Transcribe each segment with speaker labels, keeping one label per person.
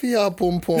Speaker 1: ka pom pom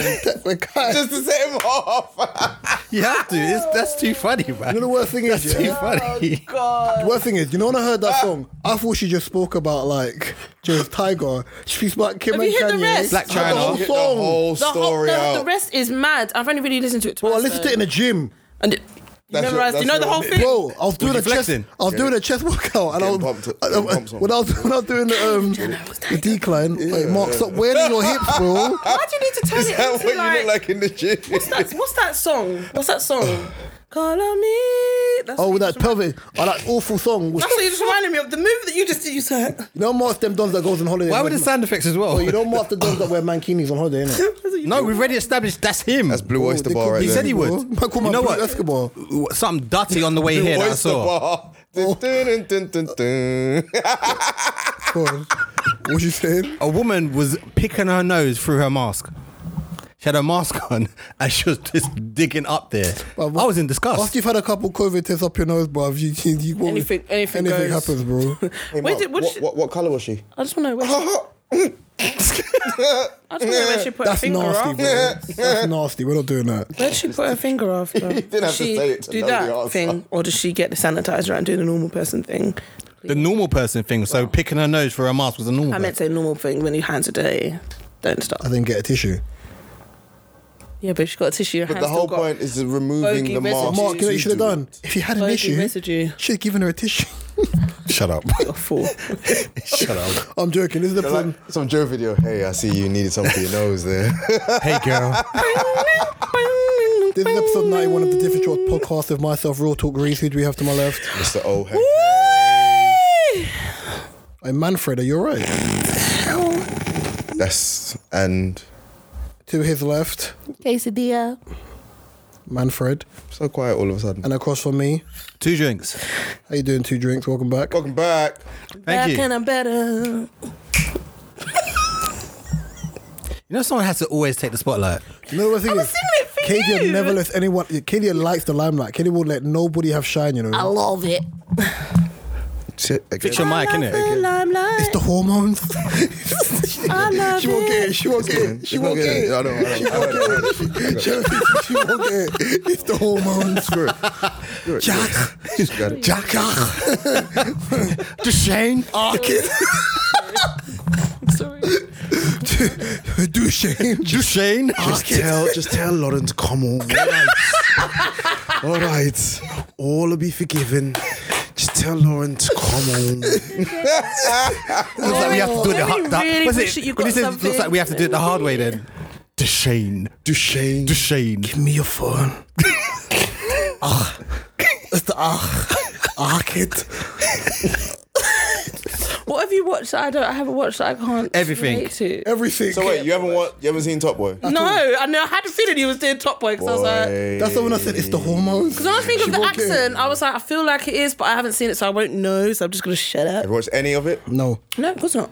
Speaker 1: Tepeka.
Speaker 2: Just to set him off.
Speaker 3: You have to. It's, that's too funny, man.
Speaker 1: You know the worst thing is,
Speaker 3: That's
Speaker 1: yeah?
Speaker 3: too funny.
Speaker 4: Oh,
Speaker 1: The
Speaker 2: God.
Speaker 1: worst thing is, you know when I heard
Speaker 4: Ah.
Speaker 1: that song, I thought she just spoke about like James Tiger. She speaks about Kim
Speaker 4: Have
Speaker 1: and
Speaker 4: you heard the
Speaker 1: Kanye.
Speaker 4: rest? Black
Speaker 1: She had
Speaker 3: China.
Speaker 1: The whole
Speaker 2: Get
Speaker 3: Hit
Speaker 1: song.
Speaker 2: the whole
Speaker 4: The, whole,
Speaker 2: story
Speaker 4: the,
Speaker 2: out.
Speaker 4: the rest is mad. I've only really listened to it twice.
Speaker 1: Bro, I listened to it in the gym.
Speaker 4: And it, you
Speaker 2: That's your-
Speaker 4: memorized,
Speaker 2: that's
Speaker 4: you know
Speaker 2: your
Speaker 4: the whole
Speaker 2: bit.
Speaker 4: thing.
Speaker 1: Bro, I was doing
Speaker 3: you
Speaker 1: a chest.
Speaker 3: flexing?
Speaker 1: I was doing a chest workout, and I was
Speaker 2: Getting pumped-
Speaker 1: I- I-
Speaker 2: getting pumped on.
Speaker 1: when I was when I was doing the um the decline. Like, Mark, stop wearing your hips, bro.
Speaker 4: Why do you need to turn
Speaker 2: Is
Speaker 4: it
Speaker 2: that
Speaker 4: into
Speaker 2: what
Speaker 4: like,
Speaker 2: you look like in the gym?
Speaker 4: What's that? What's that song? What's that song? Call on me. That's
Speaker 1: Oh,
Speaker 4: what
Speaker 1: with
Speaker 4: you
Speaker 1: that
Speaker 4: just-
Speaker 1: pelvic, oh, that awful song. Was,
Speaker 4: That's what you just reminded me of. The move that you just did. You said.
Speaker 1: you know, Mark them dons that goes on holiday.
Speaker 3: Why would it
Speaker 1: man- Oh,
Speaker 3: sound effects as well?
Speaker 1: You know, Mark the dons that wear mankinis on holiday, innit?
Speaker 3: no, we've already established that's him.
Speaker 2: That's Blue Oyster
Speaker 1: they
Speaker 2: Bar
Speaker 1: could
Speaker 2: right
Speaker 1: be-
Speaker 3: he
Speaker 2: there.
Speaker 3: said he would.
Speaker 1: Bro, man, call
Speaker 3: you
Speaker 1: my
Speaker 3: know
Speaker 1: Blue
Speaker 3: what?
Speaker 1: Escobar.
Speaker 3: Something dirty on the way here that I
Speaker 2: Oyster
Speaker 3: saw.
Speaker 2: Bar. Dun, dun, dun, dun, dun.
Speaker 1: God. What you saying?
Speaker 3: A woman was picking her nose through her mask. She had her mask on and she was just digging up there. I was in disgust.
Speaker 1: After you've had a couple COVID tests up your nose, bro, you, you, you, what-
Speaker 4: Anything- anything
Speaker 1: anything
Speaker 4: goes.
Speaker 1: happens, bro.
Speaker 2: Hey,
Speaker 4: Where
Speaker 2: Mark,
Speaker 4: did, what,
Speaker 2: what,
Speaker 4: she,
Speaker 2: what, what colour was she?
Speaker 4: I just want to know where she, I just want to know where she put her
Speaker 1: That's
Speaker 4: finger
Speaker 1: nasty,
Speaker 4: after.
Speaker 1: bro. That's nasty. We're not doing that.
Speaker 4: Where did she put her finger after?
Speaker 2: didn't have to
Speaker 4: she
Speaker 2: say it to
Speaker 4: do
Speaker 2: know the answer.
Speaker 4: that thing, or does she get the sanitizer and do the normal person thing?
Speaker 3: the normal person thing. So picking her nose through her mask was a normal.
Speaker 4: I meant to say normal thing when your hands are dirty. Don't stop.
Speaker 1: I didn't get a tissue.
Speaker 4: Yeah, but she got a tissue. Her
Speaker 2: But
Speaker 4: hands
Speaker 2: the whole
Speaker 4: still got
Speaker 2: point is removing
Speaker 4: bogey
Speaker 2: the
Speaker 4: residue.
Speaker 2: mask.
Speaker 1: Mark, you know what you should have
Speaker 2: Residue.
Speaker 1: done? If you had an
Speaker 4: Bogey
Speaker 1: issue,
Speaker 4: residue.
Speaker 1: you should have given her a tissue.
Speaker 3: Shut up.
Speaker 4: a full.
Speaker 3: Shut up.
Speaker 1: I'm joking. This is the
Speaker 2: They're
Speaker 1: problem.
Speaker 2: like, some Joe video. Hey, I see you needed something for your nose there.
Speaker 3: hey girl.
Speaker 1: This is episode 91 of the Different Shots podcast with myself, Real Talk Reese. Who do we have to my left?
Speaker 2: Mr. Oh, hey.
Speaker 1: Hey, Manfred, are you alright?
Speaker 2: That's and
Speaker 1: to his left,
Speaker 4: Quesadilla.
Speaker 1: Manfred.
Speaker 2: so quiet all of a sudden.
Speaker 1: And across from me,
Speaker 3: Two drinks.
Speaker 1: how you doing, Two Drinks? Welcome back.
Speaker 2: Welcome back.
Speaker 3: Thank
Speaker 4: Back
Speaker 3: you.
Speaker 4: and I'm better.
Speaker 3: You know someone has to always take the spotlight.
Speaker 1: No, the thing
Speaker 4: was
Speaker 1: is,
Speaker 4: singing it for
Speaker 1: Kadia
Speaker 4: you.
Speaker 1: never lets anyone. Kadia likes the limelight. Kadia will let nobody have shine. You know,
Speaker 4: love it.
Speaker 2: Shit, again.
Speaker 3: Fix your mic, innit?
Speaker 1: it's the hormones.
Speaker 4: I love
Speaker 1: she won't get it. She won't get it. She won't get it.
Speaker 2: I don't. I don't. I don't- I don't- I don't-
Speaker 1: She she won't get it. It's the hormones.
Speaker 2: Screw it. Screw it. Just got it.
Speaker 3: Jacka. Shane.
Speaker 4: Sorry.
Speaker 1: Do shame.
Speaker 3: Duchesne.
Speaker 5: Just tell, just tell Lauren to come home. All right. all right, all will be forgiven. Just tell Lauren to come home.
Speaker 3: Looks like we have to do it the
Speaker 4: Let me
Speaker 3: hard. that-
Speaker 4: really
Speaker 3: what's
Speaker 4: appreciate you
Speaker 3: When
Speaker 4: got
Speaker 3: he says looks
Speaker 4: something.
Speaker 3: like we have to do it the hard way then. Duchesne.
Speaker 5: Duchesne,
Speaker 3: Duchesne.
Speaker 1: Give me your phone. ah, it's the ah, ah kid.
Speaker 4: What have you watched that I don't? I haven't watched that I can't.
Speaker 3: Everything.
Speaker 4: relate To?
Speaker 1: Everything.
Speaker 2: So wait, you haven't wa- you haven't seen Top Boy?
Speaker 4: No, I know. I had a feeling he was doing Top Boy because I was like.
Speaker 1: That's the one I said. It's the hormones.
Speaker 4: Because I was thinking of the
Speaker 1: won't get it.
Speaker 4: accent, I was like, I feel like it is, but I haven't seen it, so I won't know. So I'm just gonna shut up.
Speaker 2: You watched any of it?
Speaker 1: No,
Speaker 4: No, of course not.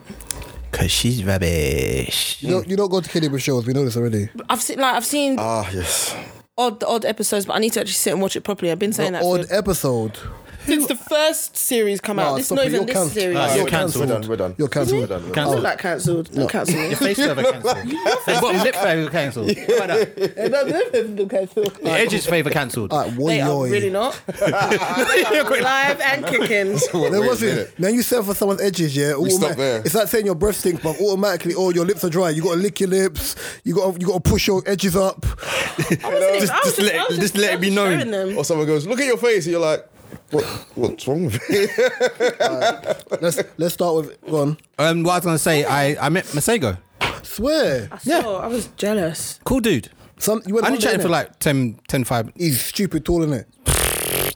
Speaker 3: Cause she's rubbish.
Speaker 1: you don't. You don't go to Kadia with shows. We know this already.
Speaker 4: I've seen like I've seen
Speaker 2: Ah yes.
Speaker 4: odd odd episodes, but I need to actually sit and watch it properly. I've been saying that
Speaker 1: Odd
Speaker 4: for-
Speaker 1: episode.
Speaker 4: since the first series come
Speaker 1: Nah,
Speaker 4: out. This
Speaker 1: stop
Speaker 4: not
Speaker 1: it,
Speaker 4: even
Speaker 1: you're
Speaker 4: this
Speaker 1: cancelled.
Speaker 4: series.
Speaker 3: Ah,
Speaker 4: I
Speaker 3: you're
Speaker 2: We're done. We're
Speaker 3: cancelled.
Speaker 2: done. We're done.
Speaker 1: You're cancelled.
Speaker 2: We're done. We're
Speaker 3: Cancelled.
Speaker 4: look like cancelled. No.
Speaker 3: Your face never cancelled. Your bottom lip favour cancelled. How about that?
Speaker 4: cancelled.
Speaker 3: Your edges favour cancelled.
Speaker 1: Like, what
Speaker 4: They are
Speaker 1: yoy.
Speaker 4: really not. Live and kicking.
Speaker 2: done.
Speaker 1: There
Speaker 2: Wait a
Speaker 1: was
Speaker 2: minute.
Speaker 1: it. Now you serve for someone's edges, yeah. automatic-
Speaker 2: stop there.
Speaker 1: It's like saying your breath stinks, but automatically, oh, your lips are dry. You gotta lick your lips. You gotta, you gotta push your edges up.
Speaker 4: Just,
Speaker 3: just let- just let it be known.
Speaker 2: Or someone goes, look at your face, and you're like, what? What's wrong with it?
Speaker 1: Let's let's start with go on.
Speaker 3: Um, what I was gonna say, I I met Masego.
Speaker 1: Swear,
Speaker 4: Yeah. So I was jealous.
Speaker 3: Cool dude.
Speaker 1: some you went
Speaker 3: I only
Speaker 1: on
Speaker 3: chatted
Speaker 1: there,
Speaker 3: for
Speaker 1: innit?
Speaker 3: like 10, 10, 5.
Speaker 1: He's stupid tall in it.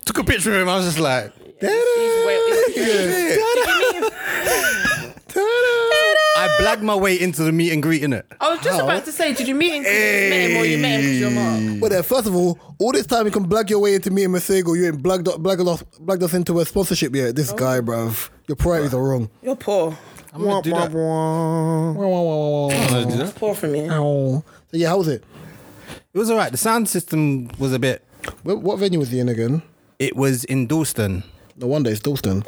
Speaker 3: Took a picture of him. I was just like, I blagged my way into the meet and greet in it.
Speaker 4: I was just about to say, did you meet him? 'cause you met him or you met him because you're Mark?
Speaker 1: But then, first of all, all this time you can blag your way into me and Masego. You ain't blagged, blagged, us, blagged us into a sponsorship yet. This guy, bruv. Your priorities are wrong.
Speaker 4: You're poor.
Speaker 3: I'm gonna do that. I'm gonna do that.
Speaker 4: Poor for
Speaker 1: Oh.
Speaker 4: me.
Speaker 1: Ow. So yeah, how was it?
Speaker 3: It was alright. The sound system was a bit.
Speaker 1: Wh- What venue was he in again?
Speaker 3: It was in Dalston.
Speaker 1: No wonder it's Dalston.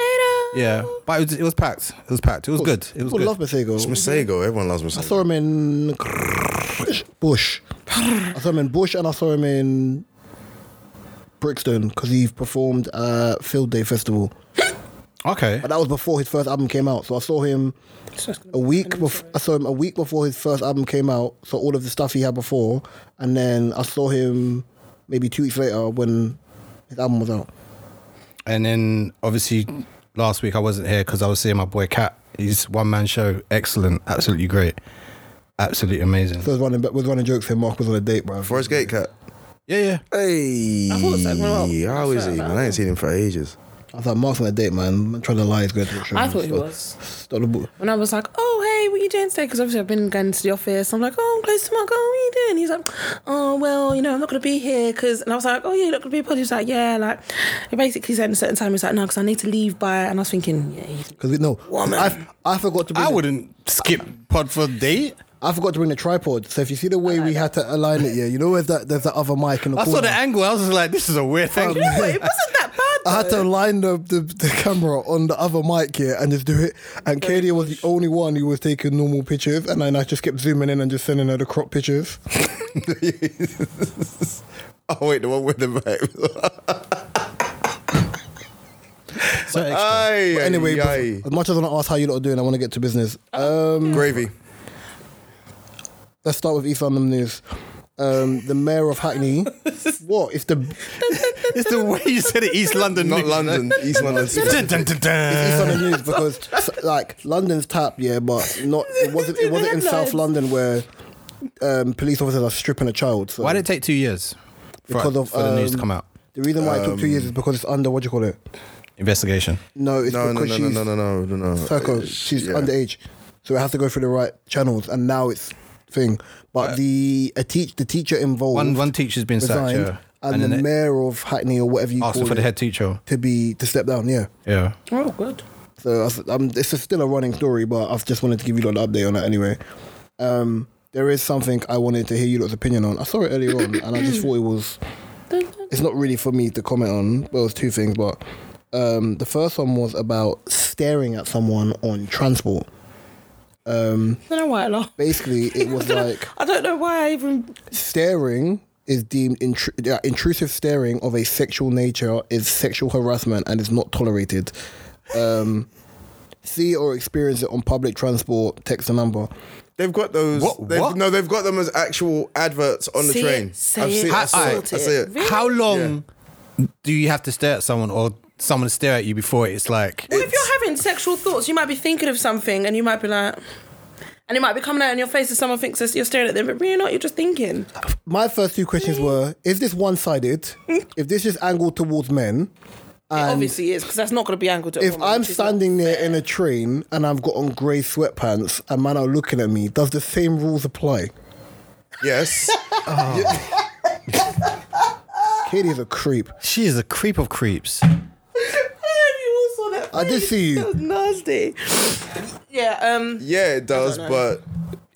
Speaker 3: Yeah, but it was, it was packed. It was packed. It was good. It was
Speaker 1: People
Speaker 3: good.
Speaker 1: love Masego.
Speaker 5: Masego, everyone loves Masego.
Speaker 1: I saw him in Bush. I saw him in Bush and I saw him in Brixton because he performed at Field Day Festival.
Speaker 3: okay.
Speaker 1: But that was before his first album came out. So I saw him a week before. I saw him a week before his first album came out. So all of the stuff he had before, and then I saw him maybe two weeks later when his album was out.
Speaker 3: And then obviously last week I wasn't here because I was seeing my boy Cat. He's one man show. Excellent. Absolutely great. Absolutely amazing.
Speaker 1: So I was running, was running jokes saying Mark was on a date, bro.
Speaker 5: Forest Gate Cat.
Speaker 3: Yeah, yeah.
Speaker 5: Hey.
Speaker 4: I thought Zach went out.
Speaker 5: How is he, man? I ain't seen him for ages.
Speaker 1: I was like, Mark's on a date, man. I'm trying to lie. He's going to the show.
Speaker 4: I thought he
Speaker 1: Stop-
Speaker 4: was.
Speaker 1: stop the bull-
Speaker 4: And I was like, oh, hey, what you doing today? Because obviously I've been going to the office. I'm like, oh, I'm close to Mark. Oh, what are you doing? He's like, oh, well, you know, I'm not going to be here. Cause, and I was like, oh, yeah, you're not going to be here. He's like, yeah, like, he basically said at a certain time, he's like, no, because I need to leave by. And I was thinking, yeah, he's
Speaker 1: Cause we, no,
Speaker 4: Woman.
Speaker 1: I, I forgot to. Bring
Speaker 3: I
Speaker 1: the-
Speaker 3: wouldn't skip pod for a date.
Speaker 1: I forgot to bring the tripod. So if you see the way we had to align it, yeah, you know, where's that? There's that other mic in the
Speaker 3: I saw
Speaker 1: corner.
Speaker 3: the angle. I was just like, this is a weird
Speaker 1: Um,
Speaker 3: thing.
Speaker 4: you know what? It wasn't that bad.
Speaker 1: I had
Speaker 4: though.
Speaker 1: to align the, the, the camera on the other mic here and just do it. And Katie was the only one who was taking normal pictures, and then I just kept zooming in and just sending her the crop pictures.
Speaker 2: Oh wait, the one with the back.
Speaker 3: So extra.
Speaker 2: Aye,
Speaker 1: Anyway,
Speaker 2: anyway, aye.
Speaker 1: as much as I want to ask how you lot are doing, I want to get to business. Um,
Speaker 2: gravy.
Speaker 1: let's start with East London news. Um, the mayor of Hackney. what? It's the
Speaker 3: it's the way you said it, East London.
Speaker 2: Not London, East London.
Speaker 3: Dun, dun, dun, dun.
Speaker 1: it's on the news because s- like London's tap, yeah, but not it wasn't it wasn't in South London where um, police officers are stripping a child. So
Speaker 3: Why did it take two years for,
Speaker 1: Because of,
Speaker 3: for the news to
Speaker 1: um,
Speaker 3: come out?
Speaker 1: the reason why it took two
Speaker 5: um,
Speaker 1: years is because it's under what do you call it?
Speaker 3: Investigation.
Speaker 1: No, it's
Speaker 5: No, no,
Speaker 1: because
Speaker 5: no, no,
Speaker 1: she's
Speaker 5: no, no, no, no, no.
Speaker 1: Circle,
Speaker 5: Uh,
Speaker 1: she's
Speaker 5: yeah.
Speaker 1: underage, so it has to go through the right channels, and now it's thing. But the a teach the teacher involved
Speaker 3: Uh, One one teacher's been sacked.
Speaker 1: resigned,
Speaker 3: Yeah.
Speaker 1: and,
Speaker 3: then
Speaker 1: the
Speaker 3: it
Speaker 1: mayor of Hackney or whatever you
Speaker 3: asked
Speaker 1: call
Speaker 3: for
Speaker 1: it
Speaker 3: the head teacher.
Speaker 1: to be to step down. Yeah,
Speaker 3: Yeah.
Speaker 4: Oh, good.
Speaker 1: So I, am it's just still a running story, but I've just wanted to give you lot an update on that anyway. Um, there is something I wanted to hear you lot's opinion on. I saw it earlier on, and I just thought it was. It's not really for me to comment on. Well, it's two things, but um, the first one was about staring at someone on transport.
Speaker 4: I don't know why I laughed.
Speaker 1: Basically, it was like
Speaker 4: I don't know why I even.
Speaker 1: staring is deemed intru- yeah, intrusive staring of a sexual nature is sexual harassment and is not tolerated. Um, see or experience it on public transport. Text the number.
Speaker 2: They've got those.
Speaker 3: What-
Speaker 2: they've-
Speaker 3: what?
Speaker 2: No, they've got them as actual adverts on the
Speaker 4: See it,
Speaker 2: train.
Speaker 4: say
Speaker 2: I've
Speaker 4: it,
Speaker 2: seen I saw
Speaker 3: I-
Speaker 2: it. I see it.
Speaker 4: Really?
Speaker 3: How long do you have to stare at someone or someone stare at you before it's like
Speaker 4: Well, if you're having sexual thoughts, you might be thinking of something and you might be like. And it might be coming out in your face and someone thinks that you're staring at them, but really not, you're just thinking.
Speaker 1: My first two questions were: Is this one-sided? if this is angled towards men,
Speaker 4: it obviously is, because that's not going to be angled at a
Speaker 1: if
Speaker 4: woman,
Speaker 1: I'm
Speaker 4: which is not
Speaker 1: standing there
Speaker 4: fair.
Speaker 1: in a train and I've got on grey sweatpants and man are looking at me, does the same rules apply?
Speaker 2: Yes.
Speaker 1: Katie is a creep.
Speaker 3: she is a creep of creeps?
Speaker 4: I don't know if you all saw that.
Speaker 1: I did
Speaker 4: face.
Speaker 1: see you.
Speaker 4: That was nasty. Yeah, um,
Speaker 2: Yeah, it does,
Speaker 4: know.
Speaker 2: but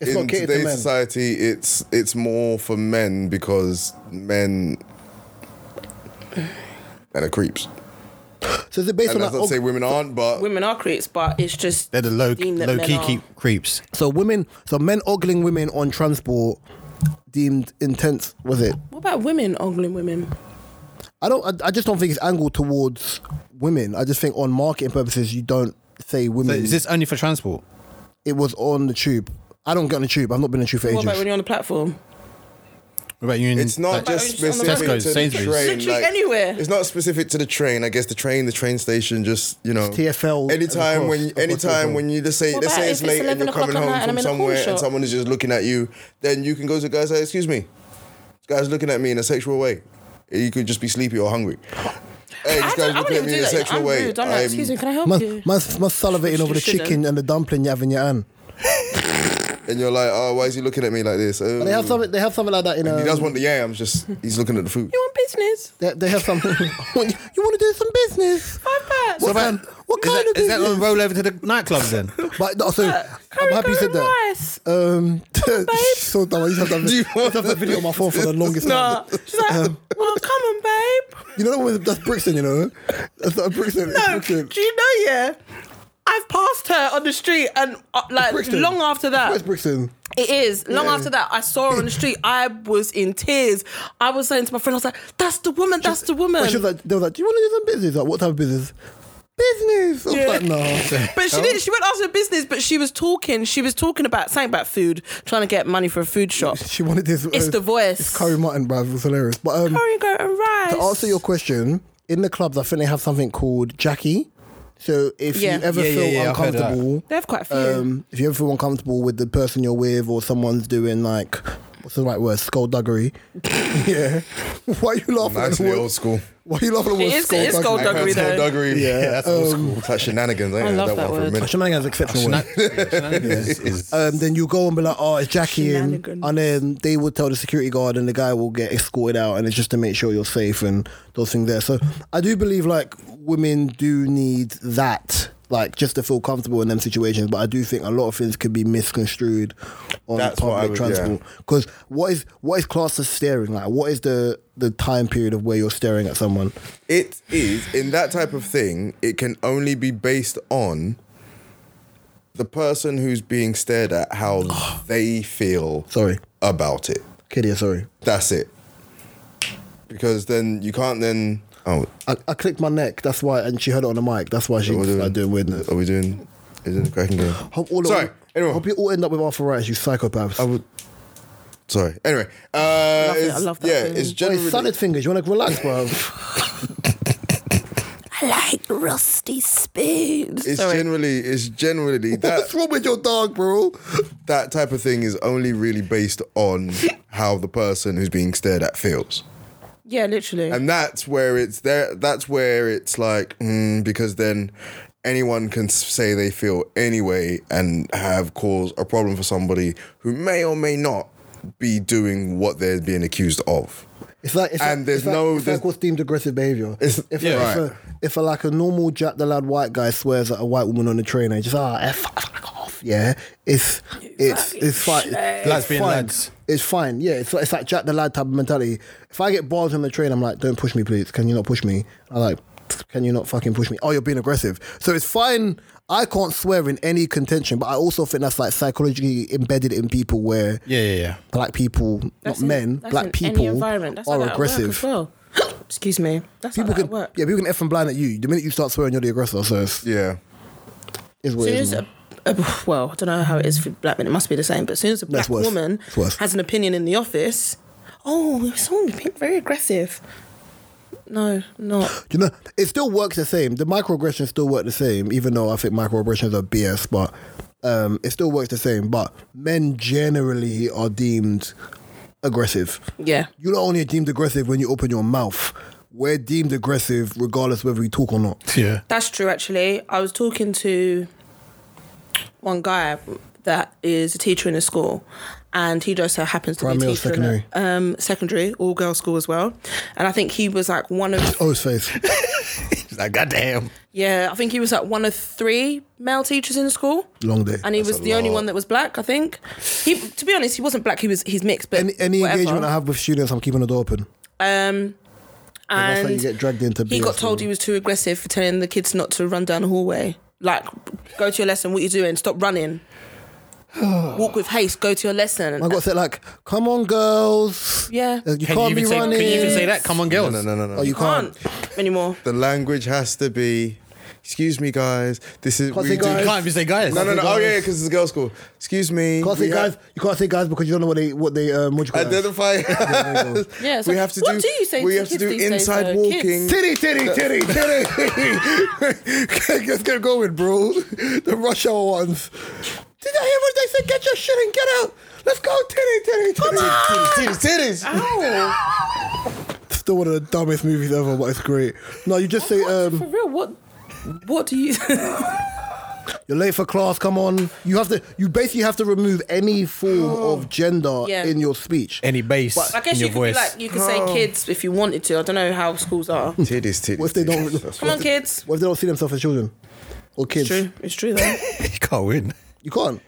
Speaker 1: It's not
Speaker 2: in
Speaker 1: catered to
Speaker 2: today's
Speaker 1: men.
Speaker 2: society, it's it's more for men because men men are creeps.
Speaker 1: So is it based
Speaker 2: And
Speaker 1: on
Speaker 2: that's
Speaker 1: that?
Speaker 2: not to say women aren't, but
Speaker 4: women are creeps, but it's just
Speaker 3: They're the low
Speaker 4: deemed that
Speaker 3: low
Speaker 4: men
Speaker 3: key
Speaker 4: are.
Speaker 3: keep creeps.
Speaker 1: So women, so men ogling women on transport deemed intense was it?
Speaker 4: What about women ogling women?
Speaker 1: I don't. I, I just don't think it's angled towards women. I just think on marketing purposes, you don't say
Speaker 3: So
Speaker 1: women.
Speaker 3: is this only for transport?
Speaker 1: it was on the tube. I don't get on the tube. I've not been on the tube for
Speaker 4: What about when
Speaker 1: ages.
Speaker 4: you're on the platform?
Speaker 3: What about you? in-
Speaker 2: it's not
Speaker 3: like-
Speaker 2: just
Speaker 4: Like,
Speaker 2: specific
Speaker 3: Tesco's,
Speaker 2: to the
Speaker 3: Sainsbury's.
Speaker 2: train.
Speaker 4: Literally anywhere.
Speaker 2: It's not specific to the train. I guess the train, the train station, just you know.
Speaker 1: TfL
Speaker 2: Anytime
Speaker 1: across-
Speaker 2: when, you-
Speaker 1: across
Speaker 2: anytime
Speaker 1: TfL.
Speaker 2: when you just say,
Speaker 4: What
Speaker 2: let's
Speaker 4: about
Speaker 2: say
Speaker 4: if
Speaker 2: it's
Speaker 4: it's
Speaker 2: late and
Speaker 4: 11
Speaker 2: you're
Speaker 4: o'clock
Speaker 2: coming
Speaker 4: at
Speaker 2: home
Speaker 4: night and
Speaker 2: from
Speaker 4: I'm in a corner
Speaker 2: somewhere and
Speaker 4: shop?
Speaker 2: someone is just looking at you, then you can go to the guy and say, "Excuse me, this guy's looking at me in a sexual way." You could just be sleepy or hungry. Hey, this
Speaker 4: I,
Speaker 2: guy's
Speaker 4: don't, I wouldn't
Speaker 2: looking at
Speaker 4: even
Speaker 2: me in
Speaker 4: do
Speaker 2: a
Speaker 4: that.
Speaker 2: sexual
Speaker 4: I'm
Speaker 2: way. Um,
Speaker 4: rude. I'm like, excuse me, can I help
Speaker 1: Man,
Speaker 4: you?
Speaker 1: man's, man's salivating
Speaker 4: You
Speaker 1: over the
Speaker 4: shouldn't.
Speaker 1: chicken and the dumpling you have in your hand.
Speaker 2: and you're like, "Oh, why is he looking at me like this?" Oh.
Speaker 1: They have something. They have something like that in. Um,
Speaker 2: He does want the yams, just he's looking at the food.
Speaker 4: you want business?
Speaker 1: They, they have something. you want to do some business?
Speaker 4: Five baht.
Speaker 1: What
Speaker 3: What
Speaker 1: kind?
Speaker 3: about-
Speaker 1: What
Speaker 3: is
Speaker 1: kind of
Speaker 3: that, is that
Speaker 1: business?
Speaker 3: gonna roll over to the nightclubs then?
Speaker 1: But no, so I'm
Speaker 4: Curry
Speaker 1: happy you said
Speaker 4: goat
Speaker 1: that.
Speaker 4: rice.
Speaker 1: Um, so dumb. I used to have that,
Speaker 2: Do you
Speaker 1: I used to have that video on my phone for the longest time.
Speaker 4: Nah. She's like, well, come on, babe.
Speaker 1: You know that was, that's Brixton, you know? That's not Brixton. it's
Speaker 4: No,
Speaker 1: Brixton.
Speaker 4: do you know? Yeah, I've passed her on the street, and uh, like
Speaker 1: Brixton.
Speaker 4: long after that,
Speaker 1: Where's Brixton?
Speaker 4: It is. Long after that, I saw her on the street. I was in tears. I was saying to my friend, I was like, that's the woman, that's the woman.
Speaker 1: But she was like, they was like, do you want to do some business? Like, what type of business? Business. I was
Speaker 4: Yeah.
Speaker 1: like, no.
Speaker 4: but she didn't. She went ask her business, but she was talking. She was talking about something about food, trying to get money for a food shop.
Speaker 1: She wanted this.
Speaker 4: It's the voice.
Speaker 1: It's curry mutton, bruv. It was hilarious. But um,
Speaker 4: Curry goat and rice.
Speaker 1: to answer your question, in the clubs, I think they have something called Jackie. So if
Speaker 4: Yeah.
Speaker 1: you ever
Speaker 3: Yeah, yeah,
Speaker 1: feel
Speaker 3: yeah, I've heard of that.
Speaker 1: uncomfortable,
Speaker 4: they have quite a few.
Speaker 1: um, if you ever feel uncomfortable with the person you're with or someone's doing like, what's the right word? Skullduggery. yeah. Why are you laughing? at
Speaker 2: That's
Speaker 1: the
Speaker 2: the
Speaker 1: word-
Speaker 2: old school.
Speaker 1: Why are you laughing at the
Speaker 4: It
Speaker 1: word
Speaker 4: is- it is
Speaker 1: skullduggery?
Speaker 4: skullduggery. Duggery
Speaker 2: That's
Speaker 4: though.
Speaker 2: old duggery. Yeah, that's old
Speaker 1: Yeah, um,
Speaker 2: school. It's like shenanigans. I, ain't
Speaker 4: I
Speaker 2: heard
Speaker 4: love
Speaker 2: that,
Speaker 4: that
Speaker 2: one for a
Speaker 4: word.
Speaker 2: minute.
Speaker 1: Shenanigans is exceptional. word.
Speaker 3: Shenanigans is-
Speaker 1: um, then you go and be like, oh, it's Jackie, and,
Speaker 4: Shenanigans.
Speaker 1: and then they will tell the security guard, and the guy will get escorted out, and it's just to make sure you're safe and those things there. So I do believe like women do need that, like just to feel comfortable in them situations. But I do think a lot of things could be misconstrued on
Speaker 2: That's what I
Speaker 1: public
Speaker 2: would-
Speaker 1: transport because what is what is classed as staring? Like what is the the time period of where you're staring at someone?
Speaker 2: It is in that type of thing. It can only be based on the person who's being stared at, how they feel
Speaker 1: Sorry,
Speaker 2: about it.
Speaker 1: Kidia, sorry.
Speaker 2: That's it. Because then you can't then. Oh,
Speaker 1: I, I clicked my neck. That's why, and she heard it on the mic. That's why she
Speaker 2: we're
Speaker 1: started doing weirdness.
Speaker 2: Are we doing? Is it a cracking game?
Speaker 1: Hope all
Speaker 2: Sorry.
Speaker 1: Of,
Speaker 2: Anyway.
Speaker 1: Hope you all end up with arthritis, you psychopaths.
Speaker 2: I
Speaker 1: Oh,
Speaker 2: would. Sorry. Anyway, uh, I
Speaker 4: love it, I love that
Speaker 2: yeah,
Speaker 4: feeling.
Speaker 2: it's
Speaker 4: Wait,
Speaker 1: it's
Speaker 2: generally
Speaker 1: solid fingers. You want to relax, bro?
Speaker 4: I like rusty spoons.
Speaker 2: it's
Speaker 4: Sorry.
Speaker 2: generally it's generally that
Speaker 1: What's wrong with your dog, bro?
Speaker 2: that type of thing is only really based on how the person who's being stared at feels.
Speaker 4: yeah, literally.
Speaker 2: and that's where it's there that's where it's like mm, because then anyone can s- say they feel anyway and have caused a problem for somebody who may or may not be doing what they're being accused of
Speaker 1: It's like it's
Speaker 2: And
Speaker 1: like,
Speaker 2: there's
Speaker 1: it's like,
Speaker 2: no-
Speaker 1: it's
Speaker 2: there's-
Speaker 1: like what's deemed aggressive behavior.
Speaker 2: It's-
Speaker 1: if
Speaker 2: yeah,
Speaker 1: a, if,
Speaker 2: right.
Speaker 1: a, if a, like a normal Jack the Lad white guy swears at a white woman on the train and just ah f fuck off, yeah, it's it's it's fine.
Speaker 3: Lads being
Speaker 1: fine.
Speaker 3: lads.
Speaker 1: It's fine. Yeah, it's like, it's like Jack the Lad type of mentality. If I get bars on the train, I'm like, don't push me, please. Can you not push me? I'm like, can you not fucking push me? Oh, you're being aggressive. So it's fine. I can't swear in any contention, but I also think that's like psychologically embedded in people where
Speaker 3: Yeah, yeah, yeah.
Speaker 1: black people,
Speaker 4: That's
Speaker 1: not
Speaker 4: in-
Speaker 1: men,
Speaker 4: that's
Speaker 1: black
Speaker 4: in
Speaker 1: people
Speaker 4: any environment. That's
Speaker 1: are
Speaker 4: like that at work
Speaker 1: aggressive.
Speaker 4: as well. Excuse me. That's
Speaker 1: People
Speaker 4: like that
Speaker 1: can,
Speaker 4: at work.
Speaker 1: yeah, people can f and blind at you. The minute you start swearing, you're the aggressor. So it's,
Speaker 2: yeah
Speaker 1: it's
Speaker 4: As
Speaker 1: weird.
Speaker 4: soon as a, a- well, I don't know how it is for black men. It must be the same. But as soon as a black
Speaker 1: worse.
Speaker 4: woman
Speaker 1: It's worse.
Speaker 4: has an opinion in the office, oh, someone being very aggressive. No, not.
Speaker 1: you know, it still works the same. The microaggressions still work the same, even though I think microaggressions are BS, but um, it still works the same. But men generally are deemed aggressive.
Speaker 4: Yeah.
Speaker 1: You're not only deemed aggressive when you open your mouth. We're deemed aggressive regardless whether we talk or not.
Speaker 3: Yeah.
Speaker 4: That's true, actually. I was talking to one guy that is a teacher in a school, and he just so happens to be
Speaker 1: Primary
Speaker 4: a
Speaker 1: or
Speaker 4: teacher in a- um, secondary, all girls school as well. And I think he was like one of,
Speaker 1: Oh, his face.
Speaker 3: Like, goddamn.
Speaker 4: yeah, I think he was like one of three male teachers in school.
Speaker 1: Long day.
Speaker 4: and he was the only one that was black. I think he, to be honest, he wasn't black. He was he's mixed. But
Speaker 1: any any
Speaker 4: whatever.
Speaker 1: engagement I have with students, I'm keeping the door open.
Speaker 4: um,
Speaker 1: that's how
Speaker 4: and
Speaker 1: you get dragged into
Speaker 4: he got
Speaker 1: BS,
Speaker 4: told
Speaker 1: yeah.
Speaker 4: he was too aggressive for telling the kids not to run down the hallway. Like, go to your lesson. What you doing? Stop running. Walk with haste. Go to your lesson.
Speaker 1: I got said like, "Come on, girls."
Speaker 4: Yeah.
Speaker 1: Uh, You can't be
Speaker 3: even say,
Speaker 1: running.
Speaker 3: Can you even say that? Come on,
Speaker 2: no
Speaker 3: girls.
Speaker 2: no no no no
Speaker 1: Oh, you can't.
Speaker 4: can't anymore.
Speaker 2: the language has to be excuse me guys this is
Speaker 1: Can't
Speaker 2: we
Speaker 1: say
Speaker 2: do
Speaker 1: guys.
Speaker 3: You can't even say guys.
Speaker 2: no no no oh
Speaker 1: guys.
Speaker 2: yeah because it's a girls school excuse me
Speaker 1: You can't
Speaker 2: we
Speaker 1: say
Speaker 2: have-
Speaker 1: guys. You can't say guys because you don't know what they what they um, what you call that?
Speaker 2: identify
Speaker 4: Yeah, it's
Speaker 2: we
Speaker 4: like,
Speaker 2: have to
Speaker 4: what
Speaker 2: do,
Speaker 4: do you say
Speaker 2: we
Speaker 4: to
Speaker 2: have to
Speaker 4: kids
Speaker 2: do
Speaker 4: these days,
Speaker 2: inside
Speaker 4: though?
Speaker 2: walking
Speaker 4: Kids?
Speaker 1: Titty, titty, titty, titty. Let's get going, bro. The rush hour ones. Did I hear what they said? Get your shit and get out. Let's go, titty, titty, titty.
Speaker 2: titties titties
Speaker 4: Ow.
Speaker 1: Still one of the dumbest movies ever, but it's great. No, you just say um,
Speaker 4: For real, what? What do you?
Speaker 1: you're late for class. Come on. You have to. You basically have to remove any form of gender
Speaker 4: Yeah.
Speaker 1: in your speech.
Speaker 3: Any bass
Speaker 4: I
Speaker 3: in
Speaker 4: guess
Speaker 3: your
Speaker 4: you could
Speaker 3: voice.
Speaker 4: be like, you could say kids if you wanted to. I don't know how schools are.
Speaker 2: titties titties
Speaker 1: What if they don't-
Speaker 2: titties. That's
Speaker 4: Come on,
Speaker 2: what-
Speaker 4: kids.
Speaker 1: What if they don't see themselves as children or kids?
Speaker 4: It's true. It's true though.
Speaker 3: you can't win.
Speaker 1: You can't.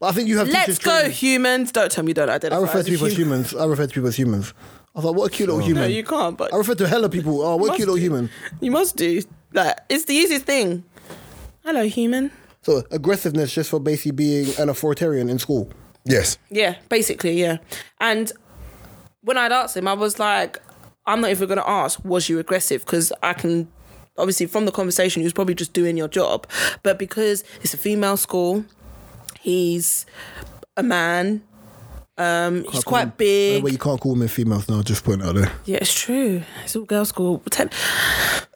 Speaker 1: But I think you have
Speaker 4: Let's
Speaker 1: teachers
Speaker 4: go,
Speaker 1: training.
Speaker 4: humans. Don't tell me you don't identify.
Speaker 1: I refer
Speaker 4: as
Speaker 1: to
Speaker 4: a
Speaker 1: people as
Speaker 4: human.
Speaker 1: humans. I refer to people as humans. I was like, what a cute little human.
Speaker 4: No, you can't. But
Speaker 1: I refer to hella people. Oh, what a
Speaker 4: Must
Speaker 1: cute little
Speaker 4: do.
Speaker 1: human.
Speaker 4: you must do. Like it's the easiest thing. Hello, human.
Speaker 1: So aggressiveness just for basically being an authoritarian in school.
Speaker 2: Yes.
Speaker 4: Yeah, basically, yeah. And when I'd asked him, I was like, I'm not even going to ask, was you aggressive? Because I can, obviously, from the conversation, he was probably just doing your job. But because it's a female school, he's a man, um, he's quite
Speaker 1: By the
Speaker 4: big.
Speaker 1: way, you can't call women females now. Just putting it out there.
Speaker 4: Yeah, it's true. It's all girls' school. Pretend-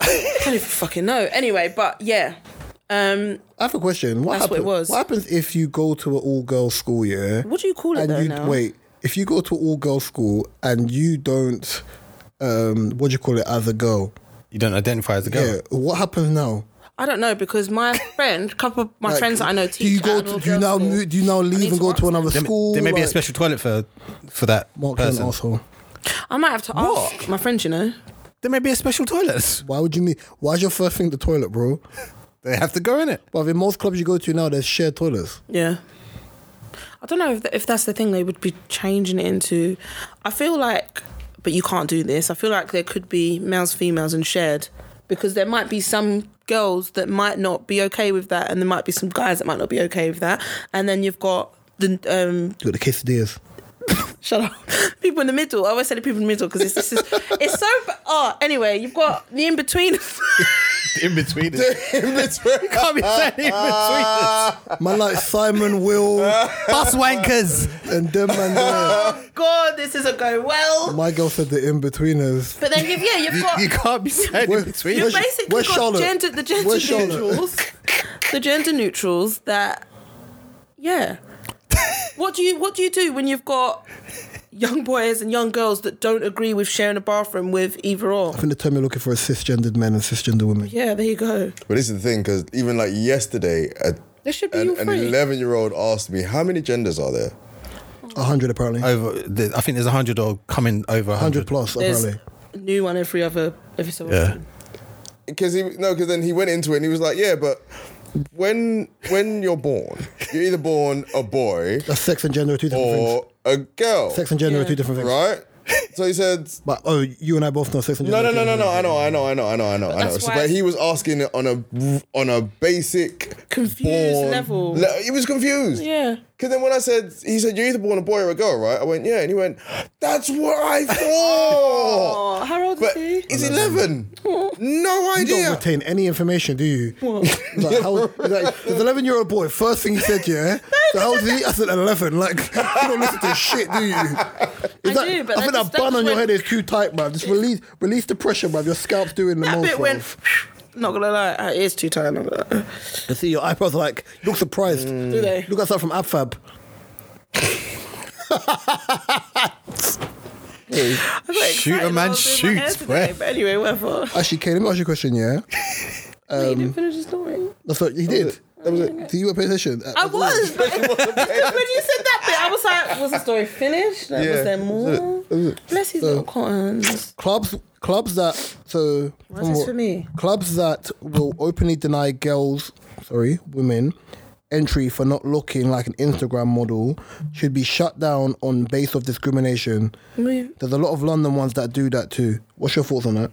Speaker 4: I don't even fucking know. Anyway, but yeah. Um,
Speaker 1: I have a question. What
Speaker 4: That's what it
Speaker 1: happen-
Speaker 4: was.
Speaker 1: What happens if you go to an all-girls school? Yeah.
Speaker 4: what do you call it though
Speaker 1: and you
Speaker 4: now?
Speaker 1: wait. If you go to all-girls school and you don't, um, what do you call it as a girl?
Speaker 3: You don't identify as a girl.
Speaker 1: Yeah. What happens now?
Speaker 4: I don't know because my friend, couple of my
Speaker 1: Like,
Speaker 4: friends that I know
Speaker 1: Do
Speaker 4: teach.
Speaker 1: you go?
Speaker 4: at an
Speaker 1: To, do you
Speaker 4: all-girls
Speaker 1: now?
Speaker 4: school.
Speaker 1: Move, do you now
Speaker 4: need
Speaker 1: leave and
Speaker 4: to
Speaker 1: go
Speaker 4: ask
Speaker 1: to another
Speaker 3: There,
Speaker 1: school?
Speaker 3: there may be a
Speaker 1: Like,
Speaker 3: special toilet for for that
Speaker 1: Mark, you're an
Speaker 3: person.
Speaker 1: asshole.
Speaker 4: I might have to ask my friends, you know.
Speaker 3: There may be a special toilet.
Speaker 1: Why would you mean? Why's your first thing the toilet, bro?
Speaker 3: They have to go in it.
Speaker 1: But in most clubs you go to now, there's shared toilets.
Speaker 4: Yeah. I don't know if, th- if that's the thing they would be changing it into. I feel like, but you can't do this. I feel like there could be males, females, and shared because there might be some girls that might not be okay with that, and there might be some guys that might not be okay with that. And then you've got the um,
Speaker 1: You got the quesadillas.
Speaker 4: shut up, people in the middle. I always say the people in the middle because it's this is it's so. b- Oh, anyway, you've got the in between.
Speaker 3: In between it. in between. Can't be saying in between us.
Speaker 1: Man like Simon Will
Speaker 3: Bus wankers.
Speaker 1: and them man there.
Speaker 4: God, this isn't going well.
Speaker 1: My girl said the in betweeners.
Speaker 4: But then you've, yeah, you've got
Speaker 3: You can't be saying in between
Speaker 4: You
Speaker 1: Where's-
Speaker 4: basically
Speaker 1: where's
Speaker 4: got
Speaker 1: Charlotte?
Speaker 4: gender the gender
Speaker 1: Where's Charlotte?
Speaker 4: neutrals. the gender neutrals that yeah. what do you what do you do when you've got young boys and young girls that don't agree with sharing a bathroom with either or?
Speaker 1: I think the term you're looking for is cisgendered men and cisgender women.
Speaker 4: Yeah, there you go.
Speaker 2: But this is the thing, because even like yesterday, a,
Speaker 4: There should be
Speaker 2: an,
Speaker 4: all
Speaker 2: an
Speaker 4: three.
Speaker 2: 11 year old asked me, How many genders are there?
Speaker 1: A hundred apparently.
Speaker 3: Over, the, I think there's a hundred or coming over a
Speaker 1: hundred
Speaker 3: hundred.
Speaker 1: plus
Speaker 4: There's
Speaker 1: apparently.
Speaker 4: a new one every other every so
Speaker 3: Yeah.
Speaker 4: often.
Speaker 2: Because he, no, because then he went into it and he was like, Yeah, but when when you're born, you're either born a boy
Speaker 1: That's sex and gender are two different things.
Speaker 2: or a girl.
Speaker 1: Sex and gender are two different things.
Speaker 2: Oh, right? So he said,
Speaker 1: But oh, you and I both know sex and
Speaker 2: No,
Speaker 1: gender.
Speaker 2: no, no,
Speaker 1: are two
Speaker 2: no,
Speaker 1: different
Speaker 2: no. I know, I know, I know, I know, I know. I know.
Speaker 4: that's
Speaker 2: So,
Speaker 4: why-
Speaker 2: but he was asking it on a on a basic
Speaker 4: Confused
Speaker 2: born
Speaker 4: level.
Speaker 2: le- he was confused.
Speaker 4: Yeah.
Speaker 2: Because then when I said, he said, you're either born a boy or a girl, right? I went, yeah. And he went, that's what I thought.
Speaker 4: Oh, how old
Speaker 2: but
Speaker 4: is he?
Speaker 2: he's 11. No
Speaker 1: You don't
Speaker 2: idea.
Speaker 1: retain any information, do you? Like, how, like, there's an 11 year old boy. First thing he said, yeah. so how old is he? I said 11. Like, you don't listen to shit, do you? Is that-
Speaker 4: do,
Speaker 1: I
Speaker 4: but that
Speaker 1: think that bun
Speaker 4: just- that's
Speaker 1: on your
Speaker 4: when-
Speaker 1: head is too tight, bruv. Just release, release the pressure, bruv. Your scalp's doing the
Speaker 4: That
Speaker 1: most.
Speaker 4: bit
Speaker 1: bruv.
Speaker 4: went not gonna lie, it is too tight, not gonna lie.
Speaker 1: I see your eyebrows are like you look surprised.
Speaker 4: Mm. Do they?
Speaker 1: Look outside from AbFab.
Speaker 4: I got
Speaker 3: Shoot a
Speaker 4: excited when
Speaker 3: man,
Speaker 4: I was doing my hair
Speaker 3: shoot,
Speaker 4: today,
Speaker 3: where?
Speaker 4: But anyway, whatever.
Speaker 1: Actually, Kay, let me ask you a question. Yeah,
Speaker 4: Wait, you didn't finish the story.
Speaker 1: that's what he did. That was it. So you were paying attention.
Speaker 4: Mm. I was, but when you said that bit, I was like, was the story finished? Like,
Speaker 2: Yeah,
Speaker 4: was there more? Bless his little cottons.
Speaker 1: Clubs, clubs that so.
Speaker 4: What's this for me?
Speaker 1: Clubs that will openly deny girls, sorry, women, entry for not looking like an Instagram model should be shut down on base of discrimination. There's a lot of London ones that do that too. What's your thoughts on that?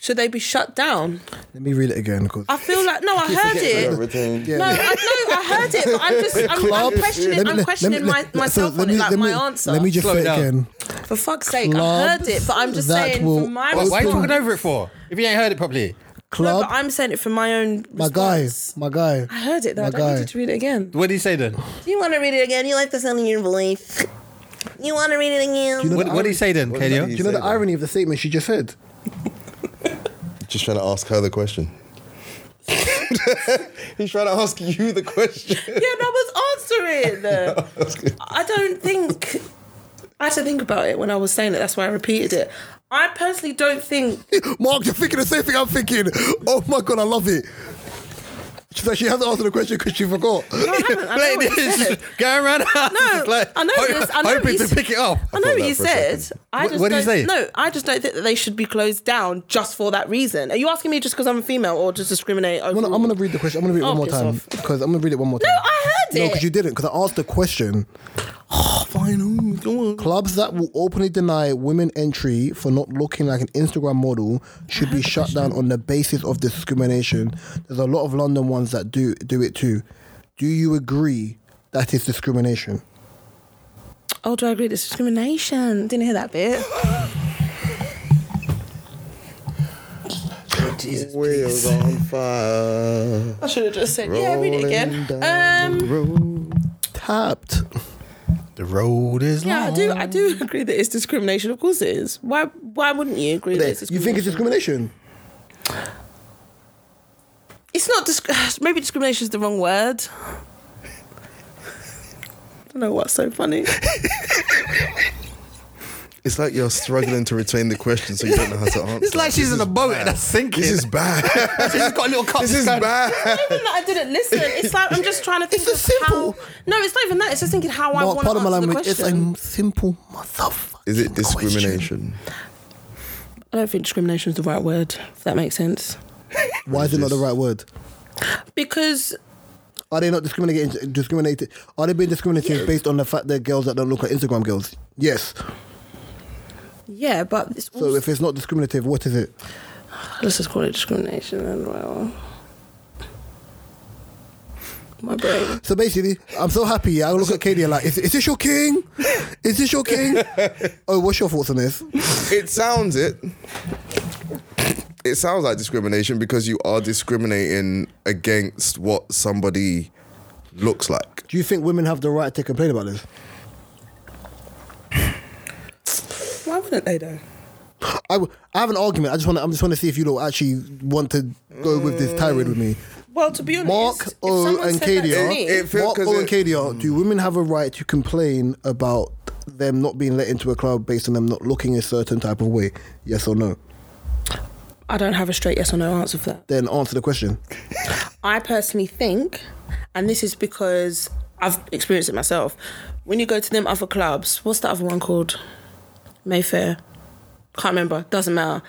Speaker 4: Should they be shut down?
Speaker 1: Let me read it again because
Speaker 4: I feel like no, I heard it.
Speaker 2: Everything.
Speaker 4: No, I, no, I heard it, but I'm just, I'm, I'm questioning, I'm questioning my, myself on it, like my answer.
Speaker 1: Let me just
Speaker 3: Slow
Speaker 1: say
Speaker 3: it
Speaker 1: it
Speaker 3: down.
Speaker 1: again.
Speaker 4: for fuck's sake, I heard it, but I'm just
Speaker 1: That
Speaker 4: saying
Speaker 1: will
Speaker 4: from my
Speaker 1: open-
Speaker 3: Why are you
Speaker 4: response.
Speaker 3: talking over it for? If you ain't heard it properly.
Speaker 4: No,
Speaker 1: Club,
Speaker 4: but I'm saying it from my own.
Speaker 1: my guy,
Speaker 4: response.
Speaker 1: my guy.
Speaker 4: I heard it though.
Speaker 1: My
Speaker 4: I don't
Speaker 1: guy.
Speaker 4: need you to read it again.
Speaker 3: What did he say then?
Speaker 4: Do you want to read it again? You like the sound of your voice. You want to read it again?
Speaker 1: know-
Speaker 3: What, what did he say then,
Speaker 2: did
Speaker 1: Do
Speaker 3: Kadio?
Speaker 1: you know
Speaker 2: say
Speaker 1: the
Speaker 2: that?
Speaker 1: irony of the statement she just said?
Speaker 2: Just trying to ask her the question. he's trying to ask you the question.
Speaker 4: Yeah, no one's answering. I don't think. I had to think about it when I was saying it. That's why I repeated it. I personally don't think.
Speaker 1: Mark, you're thinking the same thing I'm thinking. Oh my god, I love it. She's like, she hasn't answered the question because she forgot.
Speaker 4: No, I haven't. I know
Speaker 3: Like
Speaker 4: what you
Speaker 3: this,
Speaker 4: said.
Speaker 3: going around the house,
Speaker 4: No,
Speaker 3: just like,
Speaker 4: I know
Speaker 3: hope-
Speaker 4: this. I know
Speaker 3: hoping
Speaker 4: what you
Speaker 3: to pick it up.
Speaker 4: I know
Speaker 2: thought
Speaker 4: what
Speaker 2: that
Speaker 4: you
Speaker 2: for a
Speaker 4: said.
Speaker 2: second.
Speaker 4: I
Speaker 3: What-
Speaker 4: just
Speaker 3: what did you
Speaker 4: don't-
Speaker 3: say?
Speaker 4: No, I just don't think that they should be closed down just for that reason. Are you asking me just because I'm female or just discriminate?
Speaker 1: I'm gonna, I'm gonna read the question. I'm gonna read it
Speaker 4: Oh,
Speaker 1: one more
Speaker 4: piss
Speaker 1: time
Speaker 4: off.
Speaker 1: because I'm gonna read it one more time.
Speaker 4: No, I heard it. Oh,
Speaker 1: No, because you didn't. Because I asked the question.
Speaker 2: Fine, go on.
Speaker 1: Clubs that will openly deny women entry for not looking like an Instagram model should be shut down on the basis of discrimination. There's a lot of London ones that do do it too. Do you agree that is discrimination?
Speaker 4: Oh, do I agree? It's discrimination. Didn't hear that bit.
Speaker 2: Wheels on fire.
Speaker 4: I should have just said, yeah, read it again.
Speaker 2: Rolling down the
Speaker 4: Um,
Speaker 2: road.
Speaker 1: Tapped.
Speaker 3: The road is long.
Speaker 4: yeah, I do. I do agree that it's discrimination. Of course, it is. Why? Why wouldn't you agree that it's
Speaker 1: You
Speaker 4: discrimination?
Speaker 1: think it's discrimination?
Speaker 4: It's not. Disc- maybe discrimination is the wrong word. I don't know what's so funny.
Speaker 2: It's like you're struggling to retain the question, so you don't know how to answer.
Speaker 3: It's like she's in a boat and that's sinking.
Speaker 2: This is bad.
Speaker 3: she's got a little cup.
Speaker 2: This is
Speaker 3: going-
Speaker 2: bad.
Speaker 4: even that I didn't listen. It's like I'm just trying to think
Speaker 1: It's just
Speaker 4: of
Speaker 1: simple.
Speaker 4: how. No, it's not even that. It's just thinking how I
Speaker 1: Mark,
Speaker 4: want to
Speaker 1: part of
Speaker 4: answer
Speaker 1: my
Speaker 4: the
Speaker 1: language is
Speaker 4: question.
Speaker 1: a simple motherfucker.
Speaker 2: Is it discrimination?
Speaker 4: I don't think discrimination is the right word. If that makes sense,
Speaker 1: Why is it not the right word?
Speaker 4: because
Speaker 1: Are they not discriminating? Discriminated? Are they being discriminated based on the fact that girls that don't look like Instagram girls? Yes.
Speaker 4: yeah, but it's also,
Speaker 1: So if it's not discriminative, what is it?
Speaker 4: let's just call it discrimination and well. My brain.
Speaker 1: So basically, I'm so happy. I look at Katie and like, is, is this your king? Is this your king? oh, what's your thoughts on this?
Speaker 2: It sounds it. It sounds like discrimination because you are discriminating against what somebody looks like.
Speaker 1: Do you think women have the right to complain about this?
Speaker 4: Why wouldn't they though?
Speaker 1: I, w- I have an argument. I just want to. I'm just want to see if you lot actually want to go with this tirade with me.
Speaker 4: Well, to be honest,
Speaker 1: Mark
Speaker 4: Mm. if
Speaker 3: oh,
Speaker 1: O
Speaker 4: someone
Speaker 1: and
Speaker 4: said that to
Speaker 1: KDR.
Speaker 4: me-
Speaker 2: It- it- Mm. feel-
Speaker 1: Mark
Speaker 2: 'cause
Speaker 1: O and KDR. Do women have a right to complain about them not being let into a club based on them not looking a certain type of way? Yes or no?
Speaker 4: I don't have a straight yes or no answer for that.
Speaker 1: Then answer the question.
Speaker 4: I personally think, and this is because I've experienced it myself, when you go to them other clubs, what's that other one called? Mayfair. Can't remember. Doesn't matter.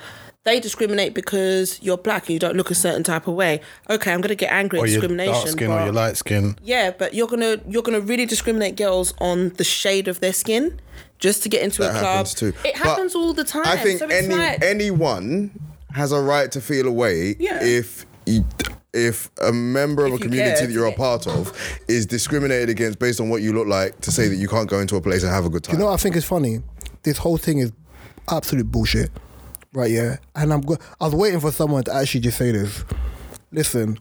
Speaker 4: They discriminate because you're black and you don't look a certain type of way. Okay, I'm gonna get angry at
Speaker 3: Or your
Speaker 4: discrimination.
Speaker 3: dark skin or
Speaker 4: but-
Speaker 3: your light skin.
Speaker 4: yeah, but you're gonna you're gonna really discriminate girls on the shade of their skin just to get into
Speaker 2: That
Speaker 4: a club.
Speaker 2: happens too.
Speaker 4: It
Speaker 2: But
Speaker 4: happens all the time.
Speaker 2: I think
Speaker 4: so it's
Speaker 2: any
Speaker 4: like,
Speaker 2: anyone has a right to feel a way
Speaker 4: Yeah.
Speaker 2: if you- if a member of
Speaker 4: If
Speaker 2: a
Speaker 4: you
Speaker 2: community
Speaker 4: care,
Speaker 2: that you're a
Speaker 4: yeah.
Speaker 2: part of is discriminated against based on what you look like to say that you can't go into a place and have a good time.
Speaker 1: You know what I think is funny? This whole thing is absolute bullshit. Right, yeah. And I'm go- I was waiting for someone to actually just say this. Listen,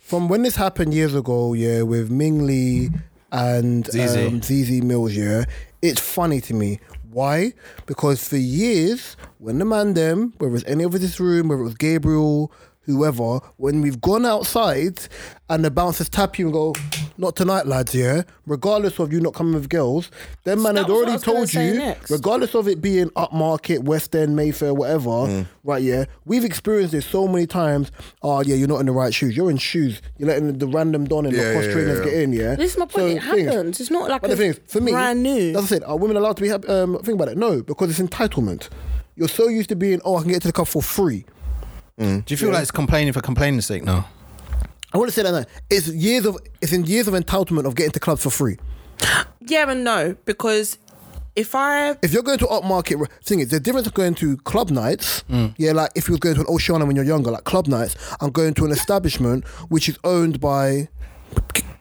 Speaker 1: from when this happened years ago, yeah, with Ming Lee and
Speaker 3: ZZ.
Speaker 1: um, ZZ Mills, yeah, it's funny to me. Why? Because for years, when the man them, whether it's any of this room, whether it was Gabriel, whoever, when we've gone outside and the bouncers tap you and go, not tonight, lads, yeah, regardless of you not coming with girls, them man
Speaker 4: that
Speaker 1: had
Speaker 4: was what I
Speaker 1: already
Speaker 4: was gonna
Speaker 1: told
Speaker 4: say
Speaker 1: you,
Speaker 4: next.
Speaker 1: regardless of it being upmarket, West End, Mayfair, whatever,
Speaker 2: Mm.
Speaker 1: right? Yeah, we've experienced this so many times. Oh yeah, you're not in the right shoes. You're in shoes. You're letting the random don and
Speaker 2: Yeah,
Speaker 1: the cross
Speaker 2: yeah,
Speaker 1: trainers
Speaker 2: yeah.
Speaker 1: get in. Yeah,
Speaker 4: This is my point, it
Speaker 1: things-
Speaker 4: happens. It's not like
Speaker 1: But the thing
Speaker 4: it's
Speaker 1: is, for me,
Speaker 4: brand new.
Speaker 1: That's it. Are women allowed to be happy? Um, think about it. No, because it's entitlement. You're so used to being, oh, I can get to the club for free.
Speaker 3: Do you feel like it's complaining for complaining's sake now?
Speaker 1: I want to say that now. it's years of it's in years of entitlement of getting to clubs for free.
Speaker 4: yeah and no, because if I
Speaker 1: if you're going to upmarket thing is the difference of going to club nights
Speaker 3: Mm.
Speaker 1: yeah like if you were going to an oceana when you're younger like club nights and going to an establishment which is owned by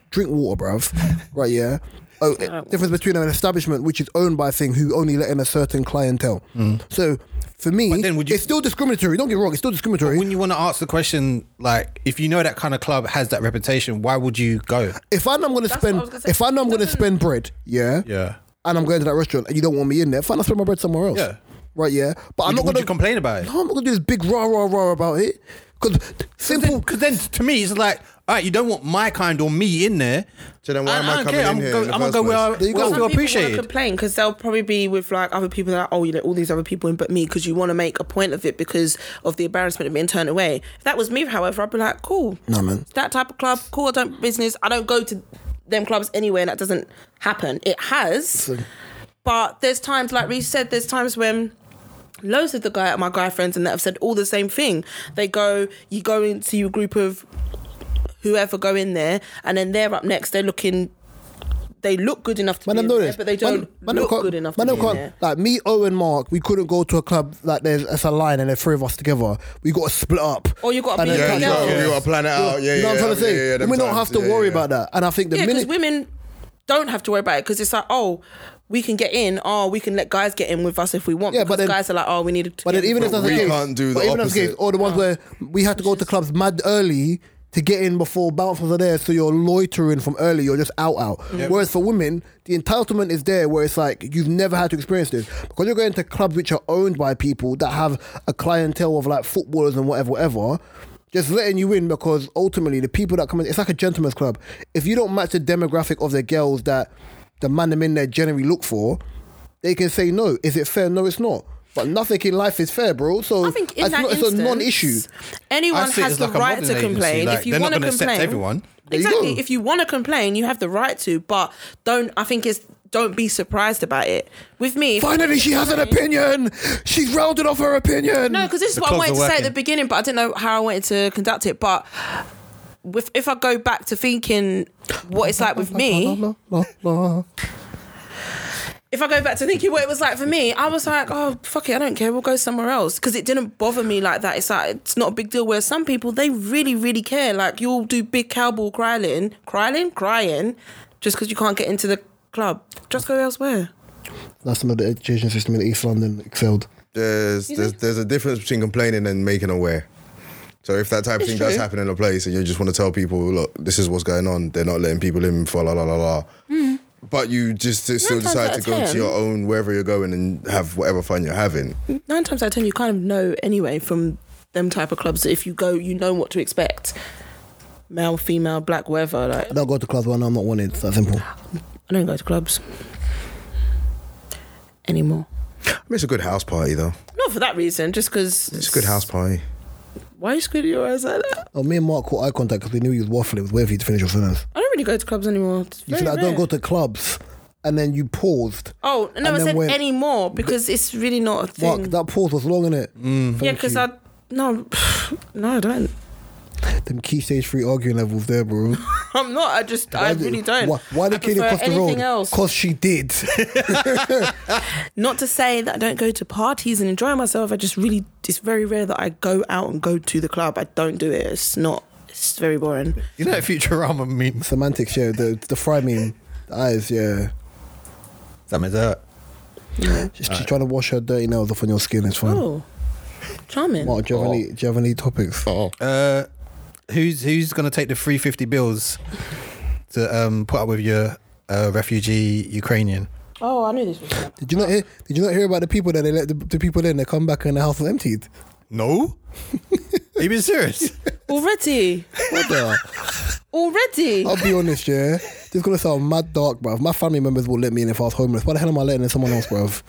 Speaker 1: drink water bruv right yeah oh, difference between an establishment which is owned by a thing who only let in a certain clientele so for me
Speaker 3: Mm. But then would you-
Speaker 1: it's still discriminatory don't get me wrong it's still discriminatory
Speaker 3: When you want to ask the question, like if you know that kind of club has that reputation, why would you go?
Speaker 1: if I know I'm going to
Speaker 4: That's what I
Speaker 1: spend
Speaker 4: was gonna say.
Speaker 1: if I know I'm going to
Speaker 4: Doesn't-
Speaker 1: spend bread yeah
Speaker 3: Yeah.
Speaker 1: and I'm going to that restaurant and you don't want me in there fine I'll spend my bread somewhere else
Speaker 3: Yeah.
Speaker 1: right yeah but I'm
Speaker 3: Would,
Speaker 1: not
Speaker 3: would
Speaker 1: going
Speaker 3: you complain about it?
Speaker 1: No, I'm not gonna do this big rah rah rah about it. Cause simple.
Speaker 3: Because then, to me, it's like, all right, you don't want my kind or me in there.
Speaker 2: So then why
Speaker 3: I-
Speaker 2: am
Speaker 3: I
Speaker 2: I
Speaker 3: don't
Speaker 2: coming
Speaker 3: care.
Speaker 2: in
Speaker 3: I'm
Speaker 2: here
Speaker 3: Go,
Speaker 2: in the
Speaker 3: I'm gonna
Speaker 2: first
Speaker 3: go
Speaker 2: place?
Speaker 3: where I
Speaker 1: There you
Speaker 3: where I
Speaker 1: go.
Speaker 3: feel
Speaker 1: Some
Speaker 3: appreciated.
Speaker 4: complain because they'll probably be with like other people that are, oh, you know, all these other people in but me because you want to make a point of it because of the embarrassment of being turned away. If that was me, however, I'd be like, cool.
Speaker 1: No, man.
Speaker 4: That type of club, cool. I don't business. I don't go to them clubs anyway, and that doesn't happen. It has, but there's times like we said, there's times when loads of the guy my guy friends and that have said all the same thing. They go, you go into a group of whoever go in there, and then they're up next. They're looking, they look good enough to
Speaker 1: Man,
Speaker 4: be
Speaker 1: I've
Speaker 4: in there,
Speaker 1: noticed.
Speaker 4: but they don't
Speaker 1: them
Speaker 4: look
Speaker 1: can't-
Speaker 4: good enough
Speaker 1: man,
Speaker 4: to
Speaker 1: them
Speaker 4: be in
Speaker 1: can't-
Speaker 4: there.
Speaker 1: Like me, Owen, Mark, we couldn't go to a club like there's it's a line and there's three of us together. We got to split up.
Speaker 4: Or Oh, you gotta
Speaker 1: And
Speaker 4: be
Speaker 1: then
Speaker 2: Yeah, you
Speaker 1: catch
Speaker 4: Yeah,
Speaker 1: up.
Speaker 2: got
Speaker 4: yeah.
Speaker 2: you got to plan it out. Yeah,
Speaker 1: you know
Speaker 2: yeah,
Speaker 1: what I'm trying
Speaker 2: yeah,
Speaker 1: to say?
Speaker 2: yeah, them
Speaker 1: we don't
Speaker 2: times.
Speaker 1: have to
Speaker 2: Yeah,
Speaker 1: worry
Speaker 2: yeah.
Speaker 1: about that. And I think the
Speaker 4: Yeah, because
Speaker 1: minute
Speaker 4: women don't have to worry about it because it's like, oh, we can get in. Oh, we can let guys get in with us if we want.
Speaker 1: Yeah,
Speaker 4: Yeah,
Speaker 1: but then-
Speaker 4: because guys are like, oh, we need to.
Speaker 1: But then
Speaker 4: get in
Speaker 1: even if
Speaker 4: for a
Speaker 1: that's the
Speaker 4: week.
Speaker 1: case,
Speaker 2: can't do
Speaker 1: but
Speaker 2: the
Speaker 1: even if that's the case,
Speaker 2: opposite.
Speaker 1: or the ones where we had to go to clubs mad early to get in before bouncers are there, so you're loitering from early, you're just out out. Whereas for women, the entitlement is there, where it's like you've never had to experience this because you're going to clubs which are owned by people that have a clientele of like footballers and whatever, whatever. Just letting you in because ultimately the people that come in, it's like a gentleman's club. If you don't match the demographic of the girls that the man them in there generally look for, they can say no. Is it fair? No, it's not. But nothing in life is fair, bro. So
Speaker 4: I think in
Speaker 1: it's,
Speaker 4: that
Speaker 1: not,
Speaker 4: instance,
Speaker 1: it's a non-issue.
Speaker 4: Anyone
Speaker 3: I see it
Speaker 4: has
Speaker 3: as
Speaker 4: the
Speaker 3: like a
Speaker 4: right
Speaker 3: modelling
Speaker 4: to
Speaker 3: agency,
Speaker 4: complain.
Speaker 3: like,
Speaker 4: if you
Speaker 3: they're not
Speaker 4: want to
Speaker 3: gonna accept
Speaker 4: complain,
Speaker 3: everyone.
Speaker 1: you
Speaker 4: Exactly.
Speaker 1: go.
Speaker 4: If you want to complain, you have the right to. But don't. I think it's don't be surprised about it. With me, if-
Speaker 1: Finally, she has an opinion. She's rounded off her opinion.
Speaker 4: No, because this is
Speaker 3: The
Speaker 4: what I
Speaker 3: clubs
Speaker 4: wanted to
Speaker 3: are
Speaker 4: say at the
Speaker 3: working.
Speaker 4: beginning, but I didn't know how I wanted to conduct it. But with, if I go back to thinking what it's like with me,
Speaker 1: La, la, la, la.
Speaker 4: if I go back to thinking what it was like for me, I was like, oh, fuck it, I don't care, we'll go somewhere else. Because it didn't bother me like that. It's like, it's not a big deal. Where some people, they really, really care. Like, you'll do big cowball crying, crying, crying, just because you can't get into the club. Just go elsewhere.
Speaker 1: That's another education system in East London excelled.
Speaker 2: There's there's there's a difference between complaining and making aware. So if that type of
Speaker 4: It's
Speaker 2: thing does
Speaker 4: true.
Speaker 2: happen in a place and you just want to tell people, look, this is what's going on, they're not letting people in for la la la la. But you just still
Speaker 4: Hmm. times
Speaker 2: decide
Speaker 4: out
Speaker 2: to
Speaker 4: of
Speaker 2: go
Speaker 4: ten-
Speaker 2: to your own wherever you're going and have whatever fun you're having.
Speaker 4: Nine times out of ten, you kind of know anyway from them type of clubs that if you go, you know what to expect. Male, female, black, whatever. Like,
Speaker 1: I don't go to clubs when I'm not wanted. It's that simple.
Speaker 4: I don't go to clubs anymore.
Speaker 2: I mean, it's a good house party though.
Speaker 4: Not for that reason, just because
Speaker 2: It's a good house party.
Speaker 4: Why are you squinting your eyes like that?
Speaker 1: Oh, me and Mark caught eye contact because we knew he was waffling. It was waiting for you to finish your sentence.
Speaker 4: I don't really go to clubs anymore. It's
Speaker 1: You
Speaker 4: very
Speaker 1: said I don't
Speaker 4: rare.
Speaker 1: go to clubs, and then you paused.
Speaker 4: Oh no,
Speaker 1: and
Speaker 4: I
Speaker 1: then
Speaker 4: said
Speaker 1: went-
Speaker 4: anymore because it's really not a
Speaker 1: Mark,
Speaker 4: thing.
Speaker 1: that pause was long, innit? Mm.
Speaker 4: yeah, because I no, no, I don't.
Speaker 1: Them key stage three arguing levels there, bro.
Speaker 4: I'm not. I just, I
Speaker 1: did-
Speaker 4: really don't.
Speaker 1: Why, why
Speaker 4: I
Speaker 1: did Katie
Speaker 4: prefer
Speaker 1: cross the road?
Speaker 4: anything else?
Speaker 1: Cause she did.
Speaker 4: Not to say that I don't go to parties and enjoy myself. I just really, it's very rare that I go out and go to the club. I don't do it. It's not. It's very boring.
Speaker 3: You know, that Futurama meme.
Speaker 1: Semantics, yeah. The the fry meme. The eyes, yeah.
Speaker 3: That means
Speaker 2: uh,
Speaker 3: that.
Speaker 1: She's, she's trying to wash her dirty nails off on your skin. It's fine.
Speaker 4: Oh, charming.
Speaker 1: Hmm. Mark, do you, have any, do you have any topics? Oh.
Speaker 3: Uh, who's who's gonna take the three fifty bills to um put up with your uh, refugee Ukrainian?
Speaker 4: Oh, I knew this was. Gonna
Speaker 1: Did you not hear? Did you not hear about the people that they let the, the people in? They come back and the house was emptied.
Speaker 3: No. Are you being serious?
Speaker 4: Already,
Speaker 1: What the?
Speaker 4: already.
Speaker 1: I'll be honest, yeah. This is gonna sound mad dark, bruv. My family members will let me in if I was homeless. Why the hell am I letting in someone else, bruv?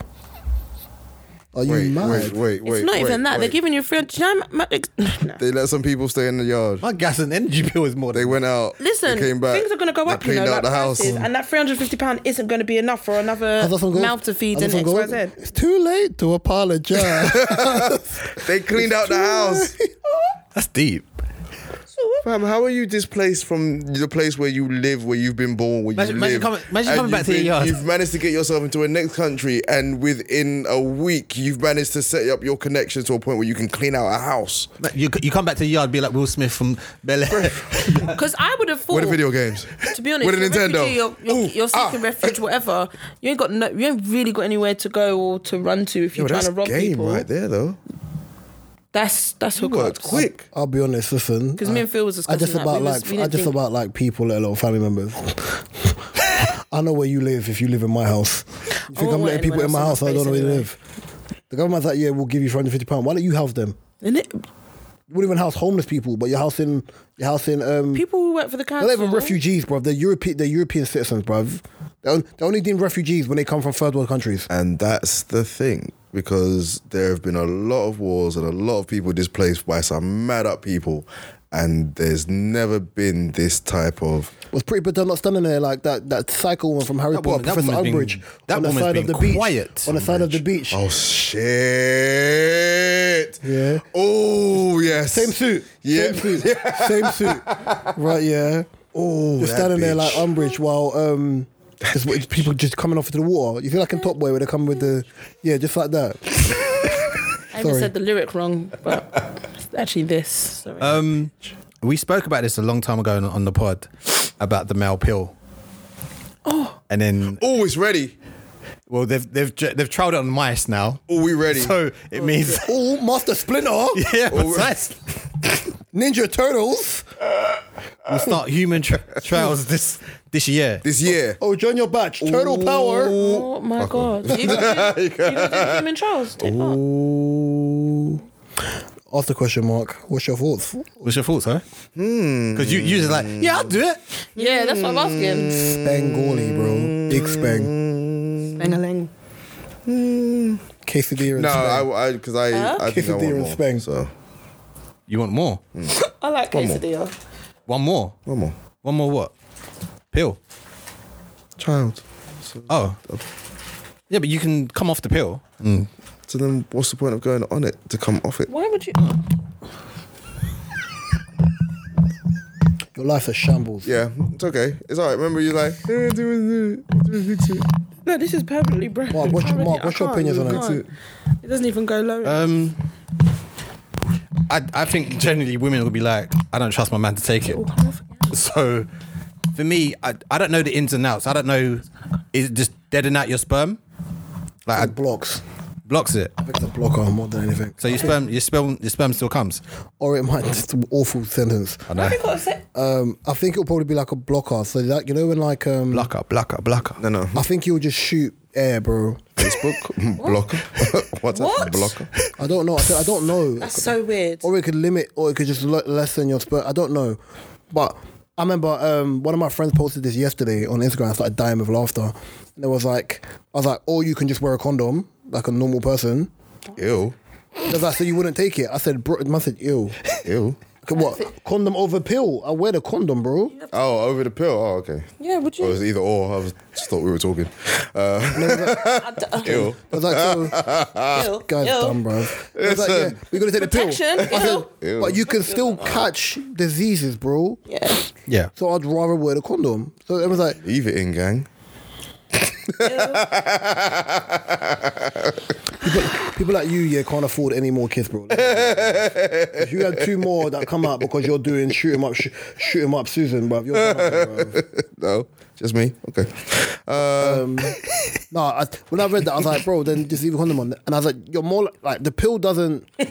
Speaker 1: Are you
Speaker 2: Wait,
Speaker 1: mad?
Speaker 2: wait, wait, wait.
Speaker 4: it's not
Speaker 2: wait,
Speaker 4: even that. They're
Speaker 2: wait.
Speaker 4: giving you free. Do you know how much- no.
Speaker 2: They let some people stay in the yard.
Speaker 3: My gas and energy bill is more.
Speaker 2: They
Speaker 3: Than
Speaker 2: went out.
Speaker 4: Listen,
Speaker 2: they came back.
Speaker 4: things are going to go
Speaker 2: they
Speaker 4: up. You
Speaker 2: Cleaned
Speaker 4: know,
Speaker 2: out
Speaker 4: like
Speaker 2: the house.
Speaker 4: prices, and that three hundred fifty pound isn't going to be enough for another
Speaker 1: Has that some gold?
Speaker 4: mouth to feed
Speaker 1: Has
Speaker 4: and
Speaker 1: that
Speaker 4: X,
Speaker 1: some
Speaker 4: Y,
Speaker 1: gold?
Speaker 4: Z.
Speaker 1: It's too late to apologize.
Speaker 2: They cleaned out the house.
Speaker 3: That's deep.
Speaker 2: Fam, how are you displaced from the place where you live, where you've been born, where
Speaker 3: Imagine-
Speaker 2: you
Speaker 3: imagine
Speaker 2: live?
Speaker 3: coming- imagine
Speaker 2: and
Speaker 3: coming back
Speaker 2: you've
Speaker 3: to your
Speaker 2: been-
Speaker 3: yard.
Speaker 2: You've managed to get yourself into a next country, and within a week, you've managed to set up your connections to a point where you can clean out a house.
Speaker 3: Like, You, you come back to the yard, be like Will Smith from Bel Air.
Speaker 4: Because I would have thought.
Speaker 2: What are video games?
Speaker 4: To be honest,
Speaker 2: What a
Speaker 4: you're
Speaker 2: Nintendo.
Speaker 4: Refugee, you're, you're,
Speaker 2: Ooh,
Speaker 4: you're seeking
Speaker 2: ah.
Speaker 4: refuge, whatever. You ain't got no. You ain't really got anywhere to go or to run to if
Speaker 2: Yo,
Speaker 4: you're trying
Speaker 2: that's
Speaker 4: to rob
Speaker 2: game
Speaker 4: people.
Speaker 2: right there, though.
Speaker 4: That's that's
Speaker 2: You
Speaker 4: hookups.
Speaker 2: worked quick.
Speaker 1: I'll be honest, listen.
Speaker 4: 'Cause me and Phil was
Speaker 1: I just
Speaker 4: discussing that.
Speaker 1: about
Speaker 4: We was-
Speaker 1: like
Speaker 4: we
Speaker 1: I
Speaker 4: didn't
Speaker 1: just
Speaker 4: think-
Speaker 1: about like people let alone family members. I know where you live if you live in my house. You think
Speaker 4: wouldn't
Speaker 1: I'm
Speaker 4: want
Speaker 1: letting people
Speaker 4: anyone
Speaker 1: in my
Speaker 4: else
Speaker 1: house
Speaker 4: in
Speaker 1: I
Speaker 4: my
Speaker 1: don't know where they
Speaker 4: space anyway.
Speaker 1: live. The government's like, yeah, we'll give you three hundred fifty pounds. Why don't you house them?
Speaker 4: Isn't it?
Speaker 1: you wouldn't even house homeless people, but you're housing you're housing um
Speaker 4: People who work for the
Speaker 1: they're
Speaker 4: council.
Speaker 1: not even refugees, bruv. They're European they're European citizens, bruv. They're, on- they're only deemed refugees when they come from third world countries.
Speaker 2: And that's the thing, because there have been a lot of wars and a lot of people displaced by some mad up people. And there's never been this type of.
Speaker 1: It was pretty, but they're not standing there like that. That psycho one from Harry
Speaker 3: That
Speaker 1: Potter,
Speaker 3: woman- that
Speaker 1: Professor
Speaker 3: woman's been-
Speaker 1: Umbridge,
Speaker 3: that
Speaker 1: on the
Speaker 3: woman's
Speaker 1: side of
Speaker 3: been
Speaker 1: the beach,
Speaker 3: quiet,
Speaker 1: on the side of the beach.
Speaker 2: Oh shit!
Speaker 1: Yeah.
Speaker 2: Oh yes.
Speaker 1: Same suit.
Speaker 2: Yeah.
Speaker 1: Same suit. Same suit. Right, yeah.
Speaker 2: Oh,
Speaker 1: Just
Speaker 2: that
Speaker 1: standing there
Speaker 2: bitch.
Speaker 1: like Umbridge while um just with people just coming off into the water. You feel like in Top Boy where they come with the yeah, just like that.
Speaker 4: I even
Speaker 1: Sorry.
Speaker 4: said the lyric wrong, but it's actually this. Sorry.
Speaker 3: Um, we spoke about this a long time ago on, on the pod about the male pill. Oh. And then,
Speaker 2: Oh, it's ready.
Speaker 3: well, they've they've ju- they've trialed it on mice now.
Speaker 2: Oh, we ready.
Speaker 3: So it means,
Speaker 1: Oh, Master Splinter,
Speaker 3: yeah, precisely.
Speaker 1: Ninja Turtles.
Speaker 3: We'll start human tra- trials this this year.
Speaker 2: this year.
Speaker 1: Oh, join your batch. Turtle power.
Speaker 4: oh my god. You didn't do- you didn't do human trials. Did not.
Speaker 1: Ask the question mark. What's your thoughts?
Speaker 3: What's your thoughts, huh? Because you you're just like, yeah, I'll do it.
Speaker 4: Yeah, that's what I'm asking.
Speaker 1: Mm. Spangali, bro. Big spang.
Speaker 4: Bengaling.
Speaker 1: Quesadilla and
Speaker 2: No,
Speaker 1: spang.
Speaker 2: I because I, I, think I
Speaker 1: Quesadilla
Speaker 2: want
Speaker 1: and
Speaker 2: more.
Speaker 1: Spang.
Speaker 2: So
Speaker 3: You want more?
Speaker 4: I like quesadilla.
Speaker 3: One more?
Speaker 2: one more
Speaker 3: One more what? Pill.
Speaker 2: child.
Speaker 3: Oh. Yeah, but you can come off the pill.
Speaker 2: So then, what's the point of going on it to come off it?
Speaker 4: Why would you?
Speaker 1: Your life's a shambles.
Speaker 2: Yeah, it's okay. It's alright. Remember, you like eh, do it, do it, do it, do it.
Speaker 4: No, this is permanently broken.
Speaker 1: Mark, what's your-
Speaker 4: Already,
Speaker 1: Mark,
Speaker 4: I
Speaker 1: what's your
Speaker 4: can't,
Speaker 1: opinions
Speaker 4: I
Speaker 1: on it?
Speaker 4: can't. It doesn't even go low.
Speaker 3: Um, I, I think generally women will be like, I don't trust my man to take it. So for me, I, I don't know the ins and outs. I don't know, is it just deading out your sperm? Like,
Speaker 1: It
Speaker 3: I
Speaker 1: blocks.
Speaker 3: blocks it.
Speaker 1: It's a blocker more than anything.
Speaker 3: So your sperm, your sperm, your sperm still comes.
Speaker 1: Or it might just awful sentence.
Speaker 3: I know.
Speaker 4: Have you got a set?
Speaker 1: Um, I think it'll probably be like a blocker. So like you know when like um,
Speaker 3: Blocker, blocker, blocker.
Speaker 2: No, no.
Speaker 1: I think you'll just shoot air, bro.
Speaker 2: Facebook blocker. What's
Speaker 4: What?
Speaker 2: that? Blocker.
Speaker 1: I don't know. I, don't- I don't know.
Speaker 4: That's so weird.
Speaker 1: or it could limit, or it could just lo- lessen your spur. I don't know, but I remember um, one of my friends posted this yesterday on Instagram. I started dying with laughter, and it was like, I was like, or you can just wear a condom like a normal person.
Speaker 2: Ew.
Speaker 1: Because I said you wouldn't take it. I said, bro, I said, ew.
Speaker 2: Ew.
Speaker 1: What condom over pill? I wear the condom, bro.
Speaker 2: Oh, over the pill. Oh, okay.
Speaker 4: Yeah, would
Speaker 2: Or it was
Speaker 4: you?
Speaker 2: either or. I was, just thought we were talking. Uh,
Speaker 4: I d- uh,
Speaker 2: ew.
Speaker 1: I was like, so,
Speaker 4: ew,
Speaker 1: uh, guys,
Speaker 4: ew.
Speaker 1: dumb, bro. I was like, yeah, we're gonna take the pill.
Speaker 4: Protection, ew.
Speaker 2: Ew.
Speaker 1: But you can still catch diseases, bro.
Speaker 4: Yeah.
Speaker 3: Yeah.
Speaker 1: So I'd rather wear the condom. So everyone's like,
Speaker 2: Leave it in, gang.
Speaker 1: people like you, yeah, can't afford any more kids, bro. if you had two more that come out because you're doing shoot 'em up, sh- shoot 'em up, Susan, bro. You're done, bro.
Speaker 2: No, just me. Okay. Uh,
Speaker 1: Um, no, I, when I read that, I was like, bro, then just leave a condom on. And I was like, you're more like, like the pill doesn't.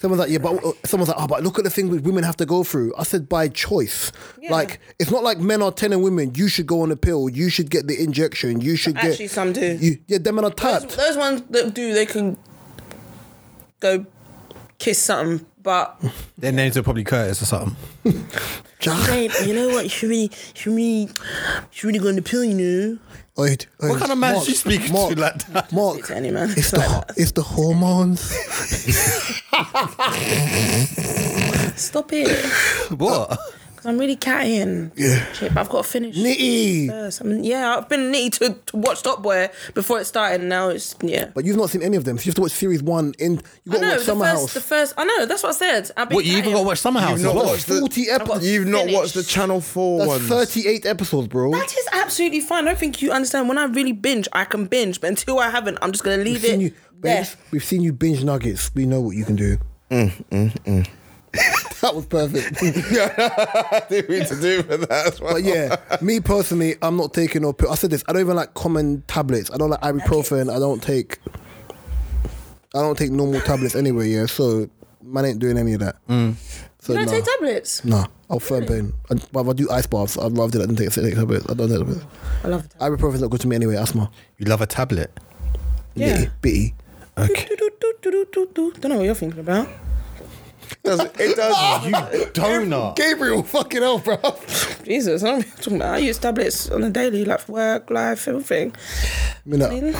Speaker 1: Someone's like, yeah, but uh, someone's like, oh, but look at the thing that women have to go through. I said, by choice.
Speaker 4: Yeah.
Speaker 1: Like, it's not like men are telling women, you should go on the pill, you should get the injection, you should get.
Speaker 4: Actually, some do.
Speaker 1: You, yeah, them men are
Speaker 4: Those-
Speaker 1: tapped.
Speaker 4: Those ones that do, they can go kiss something, but
Speaker 3: Their names are probably Curtis or something.
Speaker 4: babe, you know what? You should really, should really, should really go on the pill, you know.
Speaker 1: Wait, wait,
Speaker 3: What kind of man she speaking
Speaker 1: Mark,
Speaker 3: to like that?
Speaker 1: Mark,
Speaker 4: To any man.
Speaker 1: It's the it's the hormones.
Speaker 4: Stop it, because
Speaker 3: What?
Speaker 4: I'm really catting. Yeah. Shit, but I've got to finish.
Speaker 1: Nitty.
Speaker 4: first. I mean, yeah, I've been needing to, to watch Top Boy before it started. And now it's yeah.
Speaker 1: But you've not seen any of them. So you have to watch series one. In you got
Speaker 4: I
Speaker 1: to
Speaker 4: know
Speaker 1: watch
Speaker 4: the
Speaker 1: Summer
Speaker 4: first,
Speaker 1: House.
Speaker 4: the first. I know that's what I said. I've been
Speaker 3: What? You even
Speaker 4: catting.
Speaker 3: got to watch Summer House
Speaker 2: not
Speaker 3: as well.
Speaker 2: watched the-
Speaker 1: Forty
Speaker 4: got-
Speaker 1: episodes.
Speaker 2: You've not
Speaker 4: Finish.
Speaker 2: watched the Channel 4
Speaker 1: Um, That's
Speaker 2: ones.
Speaker 1: thirty-eight episodes, bro.
Speaker 4: That is absolutely fine. I don't think you understand. When I really binge, I can binge, but until I haven't, I'm just gonna leave
Speaker 1: We've seen
Speaker 4: it
Speaker 1: you,
Speaker 4: there.
Speaker 1: babes, We've seen you binge nuggets. We know what you can do. that was perfect.
Speaker 2: I didn't mean to do for that as well.
Speaker 1: But yeah, me personally, I'm not taking no pill. I said this. I don't even like common tablets. I don't like ibuprofen. I don't take. I don't take normal tablets anyway. Yeah, so man ain't doing any of that. So
Speaker 4: You don't
Speaker 1: nah.
Speaker 4: take tablets.
Speaker 1: Nah, I'll firm pain. I, but if I do ice baths, I'd rather do that than take a tablets. I don't take tablets.
Speaker 4: I love it.
Speaker 1: Ibuprofen's not good to me anyway, asthma.
Speaker 3: You love a tablet.
Speaker 4: Yeah.
Speaker 1: Bitty.
Speaker 3: Okay.
Speaker 4: Do, do, do, do, do, do, do. Don't know what you're thinking about.
Speaker 2: does it does you
Speaker 1: Oh,
Speaker 3: Donut.
Speaker 1: Gabriel, fucking hell, bro.
Speaker 4: Jesus, I'm talking about. I use tablets on a daily, like for work, life, everything.
Speaker 1: Minute.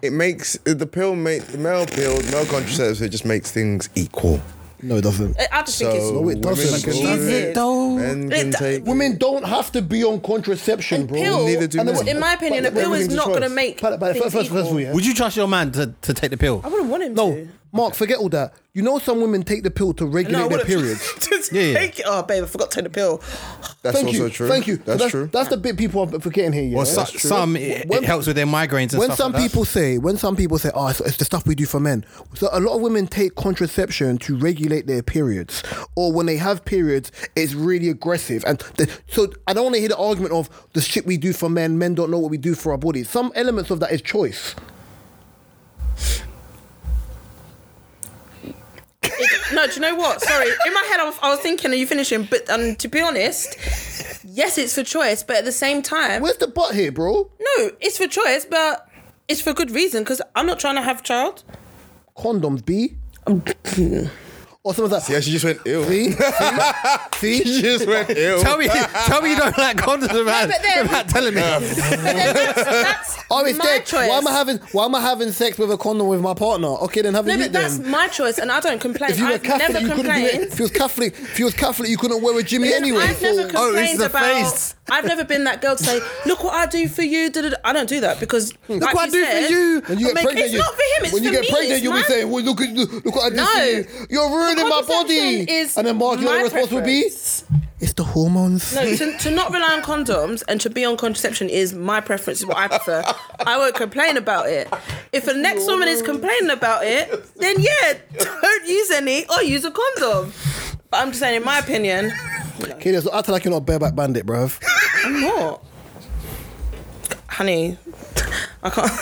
Speaker 2: it makes the pill make the male pill male contraceptive just makes things equal.
Speaker 1: No, it doesn't.
Speaker 4: I I just think it's.
Speaker 2: So
Speaker 1: No, it doesn't.
Speaker 2: women can
Speaker 1: Jesus,
Speaker 2: have it,
Speaker 3: though.
Speaker 2: men can
Speaker 4: It-
Speaker 2: take it.
Speaker 1: Women don't have to be on contraception, bro.
Speaker 4: pill,
Speaker 2: neither do
Speaker 1: And then
Speaker 2: men.
Speaker 1: what-
Speaker 4: in my opinion,
Speaker 1: but-
Speaker 4: a pill
Speaker 1: but-
Speaker 4: is not
Speaker 2: choice.
Speaker 4: going to make
Speaker 1: But, but
Speaker 4: things
Speaker 1: first, first, first of all,
Speaker 4: equal.
Speaker 1: yeah.
Speaker 3: Would you trust your man to, to take the pill?
Speaker 4: I wouldn't want him
Speaker 1: No,
Speaker 4: to.
Speaker 1: Mark, forget all that. You know, some women take the pill to regulate
Speaker 4: No, I
Speaker 1: their
Speaker 4: wouldn't.
Speaker 1: periods.
Speaker 4: Just
Speaker 3: Yeah, yeah.
Speaker 4: take it. Oh, babe, I forgot to take the pill.
Speaker 2: That's
Speaker 1: Thank
Speaker 2: also
Speaker 1: you.
Speaker 2: true.
Speaker 1: Thank you. So
Speaker 2: That's, true.
Speaker 1: That's the bit people are forgetting here. Yeah?
Speaker 3: Or so,
Speaker 1: That's true.
Speaker 3: some it,
Speaker 1: When-
Speaker 3: it helps with their migraines and
Speaker 1: when
Speaker 3: stuff
Speaker 1: some
Speaker 3: like that.
Speaker 1: people say when some people say oh it's, it's the stuff we do for men so a lot of women take contraception to regulate their periods or when they have periods it's really aggressive and the, so i don't want to hear the argument of the shit we do for men men don't know what we do for our bodies some elements of that is choice
Speaker 4: It- no, do you know what? Sorry, in my head, I was, I was thinking, are you finishing? But um, to be honest, yes, it's for choice, but at the same time,
Speaker 1: where's the butt here bro
Speaker 4: no, it's for choice, but it's for good reason because I'm not trying to have a child.
Speaker 1: condoms b or someone's like
Speaker 2: Yeah, she just went ill.
Speaker 1: see see,
Speaker 2: She
Speaker 1: see?
Speaker 2: just went ill.
Speaker 3: Tell me, tell me you don't like condoms, man.
Speaker 4: but then-
Speaker 3: without telling me.
Speaker 4: But then that's, that's
Speaker 1: Oh, it's
Speaker 4: my
Speaker 1: dead.
Speaker 4: choice.
Speaker 1: Why am I having Why am I having sex with a condom with my partner? Okay, then have a
Speaker 4: No,
Speaker 1: meet
Speaker 4: but that's
Speaker 1: them.
Speaker 4: my choice, and I don't complain.
Speaker 1: If you were
Speaker 4: I've
Speaker 1: Catholic,
Speaker 4: never
Speaker 1: you couldn't do it.
Speaker 4: complained.
Speaker 1: If you was Catholic, if you was Catholic, you couldn't wear a Jimmy anyway.
Speaker 4: I've never
Speaker 1: So-
Speaker 3: Oh,
Speaker 4: complained
Speaker 3: it's the
Speaker 4: about.
Speaker 3: face.
Speaker 4: I've never been that girl to say, "Look what I do for you." da, da, da." I don't do that because look
Speaker 3: what I do for you.
Speaker 1: when you get
Speaker 3: Make-
Speaker 1: pregnant,
Speaker 4: it's not for him, it's
Speaker 1: when you
Speaker 4: for
Speaker 1: get
Speaker 4: me,
Speaker 1: pregnant,
Speaker 4: it's
Speaker 1: you'll be
Speaker 4: my-
Speaker 1: saying, well, "Look, at- look, look what I did
Speaker 4: No.
Speaker 1: for you. You're ruining my body."
Speaker 4: Contraception Is
Speaker 1: and then Mark, you know what
Speaker 4: my
Speaker 1: the response would be?
Speaker 4: preference.
Speaker 1: It's the hormones.
Speaker 4: No, to, to not rely on condoms and to be on contraception is my preference, is what I prefer. I won't complain about it. If the next woman is complaining about it, then yeah, don't use any or use a condom. But I'm just saying, in my opinion,
Speaker 1: Okay, so act like you're not a bareback bandit, bruv.
Speaker 4: I'm not. Honey, I can't.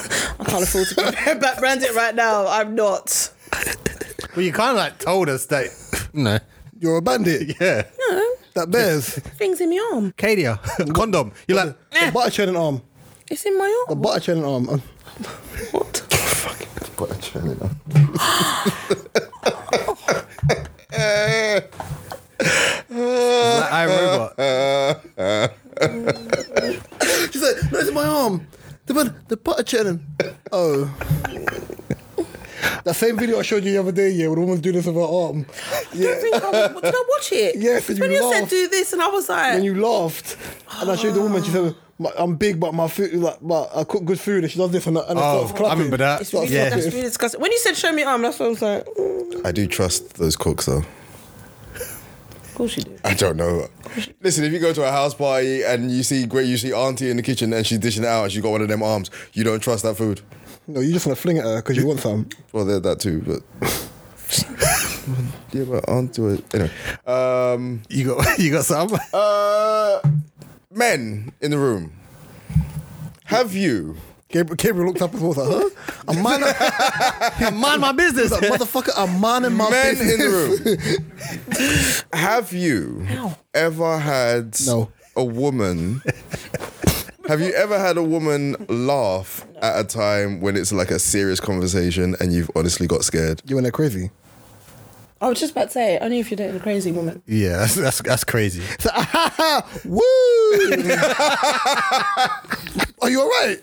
Speaker 4: I can't afford to be back branded right now. I'm not.
Speaker 3: Well, you kind of like told us that. No.
Speaker 1: You're a bandit.
Speaker 3: Yeah.
Speaker 1: That bears.
Speaker 4: Things in my arm.
Speaker 3: Cadia, condom. You're like,
Speaker 1: The butter churning arm.
Speaker 4: It's in my
Speaker 1: The
Speaker 4: arm.
Speaker 1: butter churning arm.
Speaker 4: What?
Speaker 3: like
Speaker 1: uh,
Speaker 3: I robot.
Speaker 1: She's like, "No, it's my arm." The but the butter churning. Oh. That same video I showed you the other day, yeah, where the woman's doing this with her arm.
Speaker 4: I
Speaker 1: Yeah.
Speaker 4: think I was, did I watch it?
Speaker 1: Yeah, 'cause you
Speaker 4: When you said
Speaker 1: laughed.
Speaker 4: do this, and I was like,
Speaker 1: and you laughed. And I showed the woman. She said, "My- "I'm big, but my food, like, but I cook good food." And she does this, and, and I
Speaker 3: Oh,
Speaker 1: starts clapping.
Speaker 3: I remember that.
Speaker 4: It's really,
Speaker 1: Yeah.
Speaker 4: that's really disgusting. When you said show me your arm, that's what I was like. Mm,
Speaker 2: I do trust those cooks though.
Speaker 4: of course you do.
Speaker 2: I don't know. Listen, if you go to a house party and you see great, you see auntie in the kitchen and she's dishing it out and she got one of them arms, you don't trust that food.
Speaker 1: No, you just want to fling at her because you want some.
Speaker 2: Well, they're that too, but yeah, but onto it anyway. Um,
Speaker 3: You got, you got some.
Speaker 2: uh, men in the room, have you?
Speaker 1: Gabriel, Gabriel looked up and was like, "Huh? A man,
Speaker 3: Mind my business.
Speaker 1: like, motherfucker, a man in my
Speaker 2: Men
Speaker 1: business."
Speaker 2: in the room, have you ever had
Speaker 1: No.
Speaker 2: a woman? Have you ever had a woman laugh at a time when it's like a serious conversation and you've honestly got scared?
Speaker 1: You and they're crazy.
Speaker 4: I was just about to say, only if you're dating a crazy woman.
Speaker 3: yeah, that's, that's that's crazy.
Speaker 1: It's like, "Ah, ha, ha, woo! Are you all right?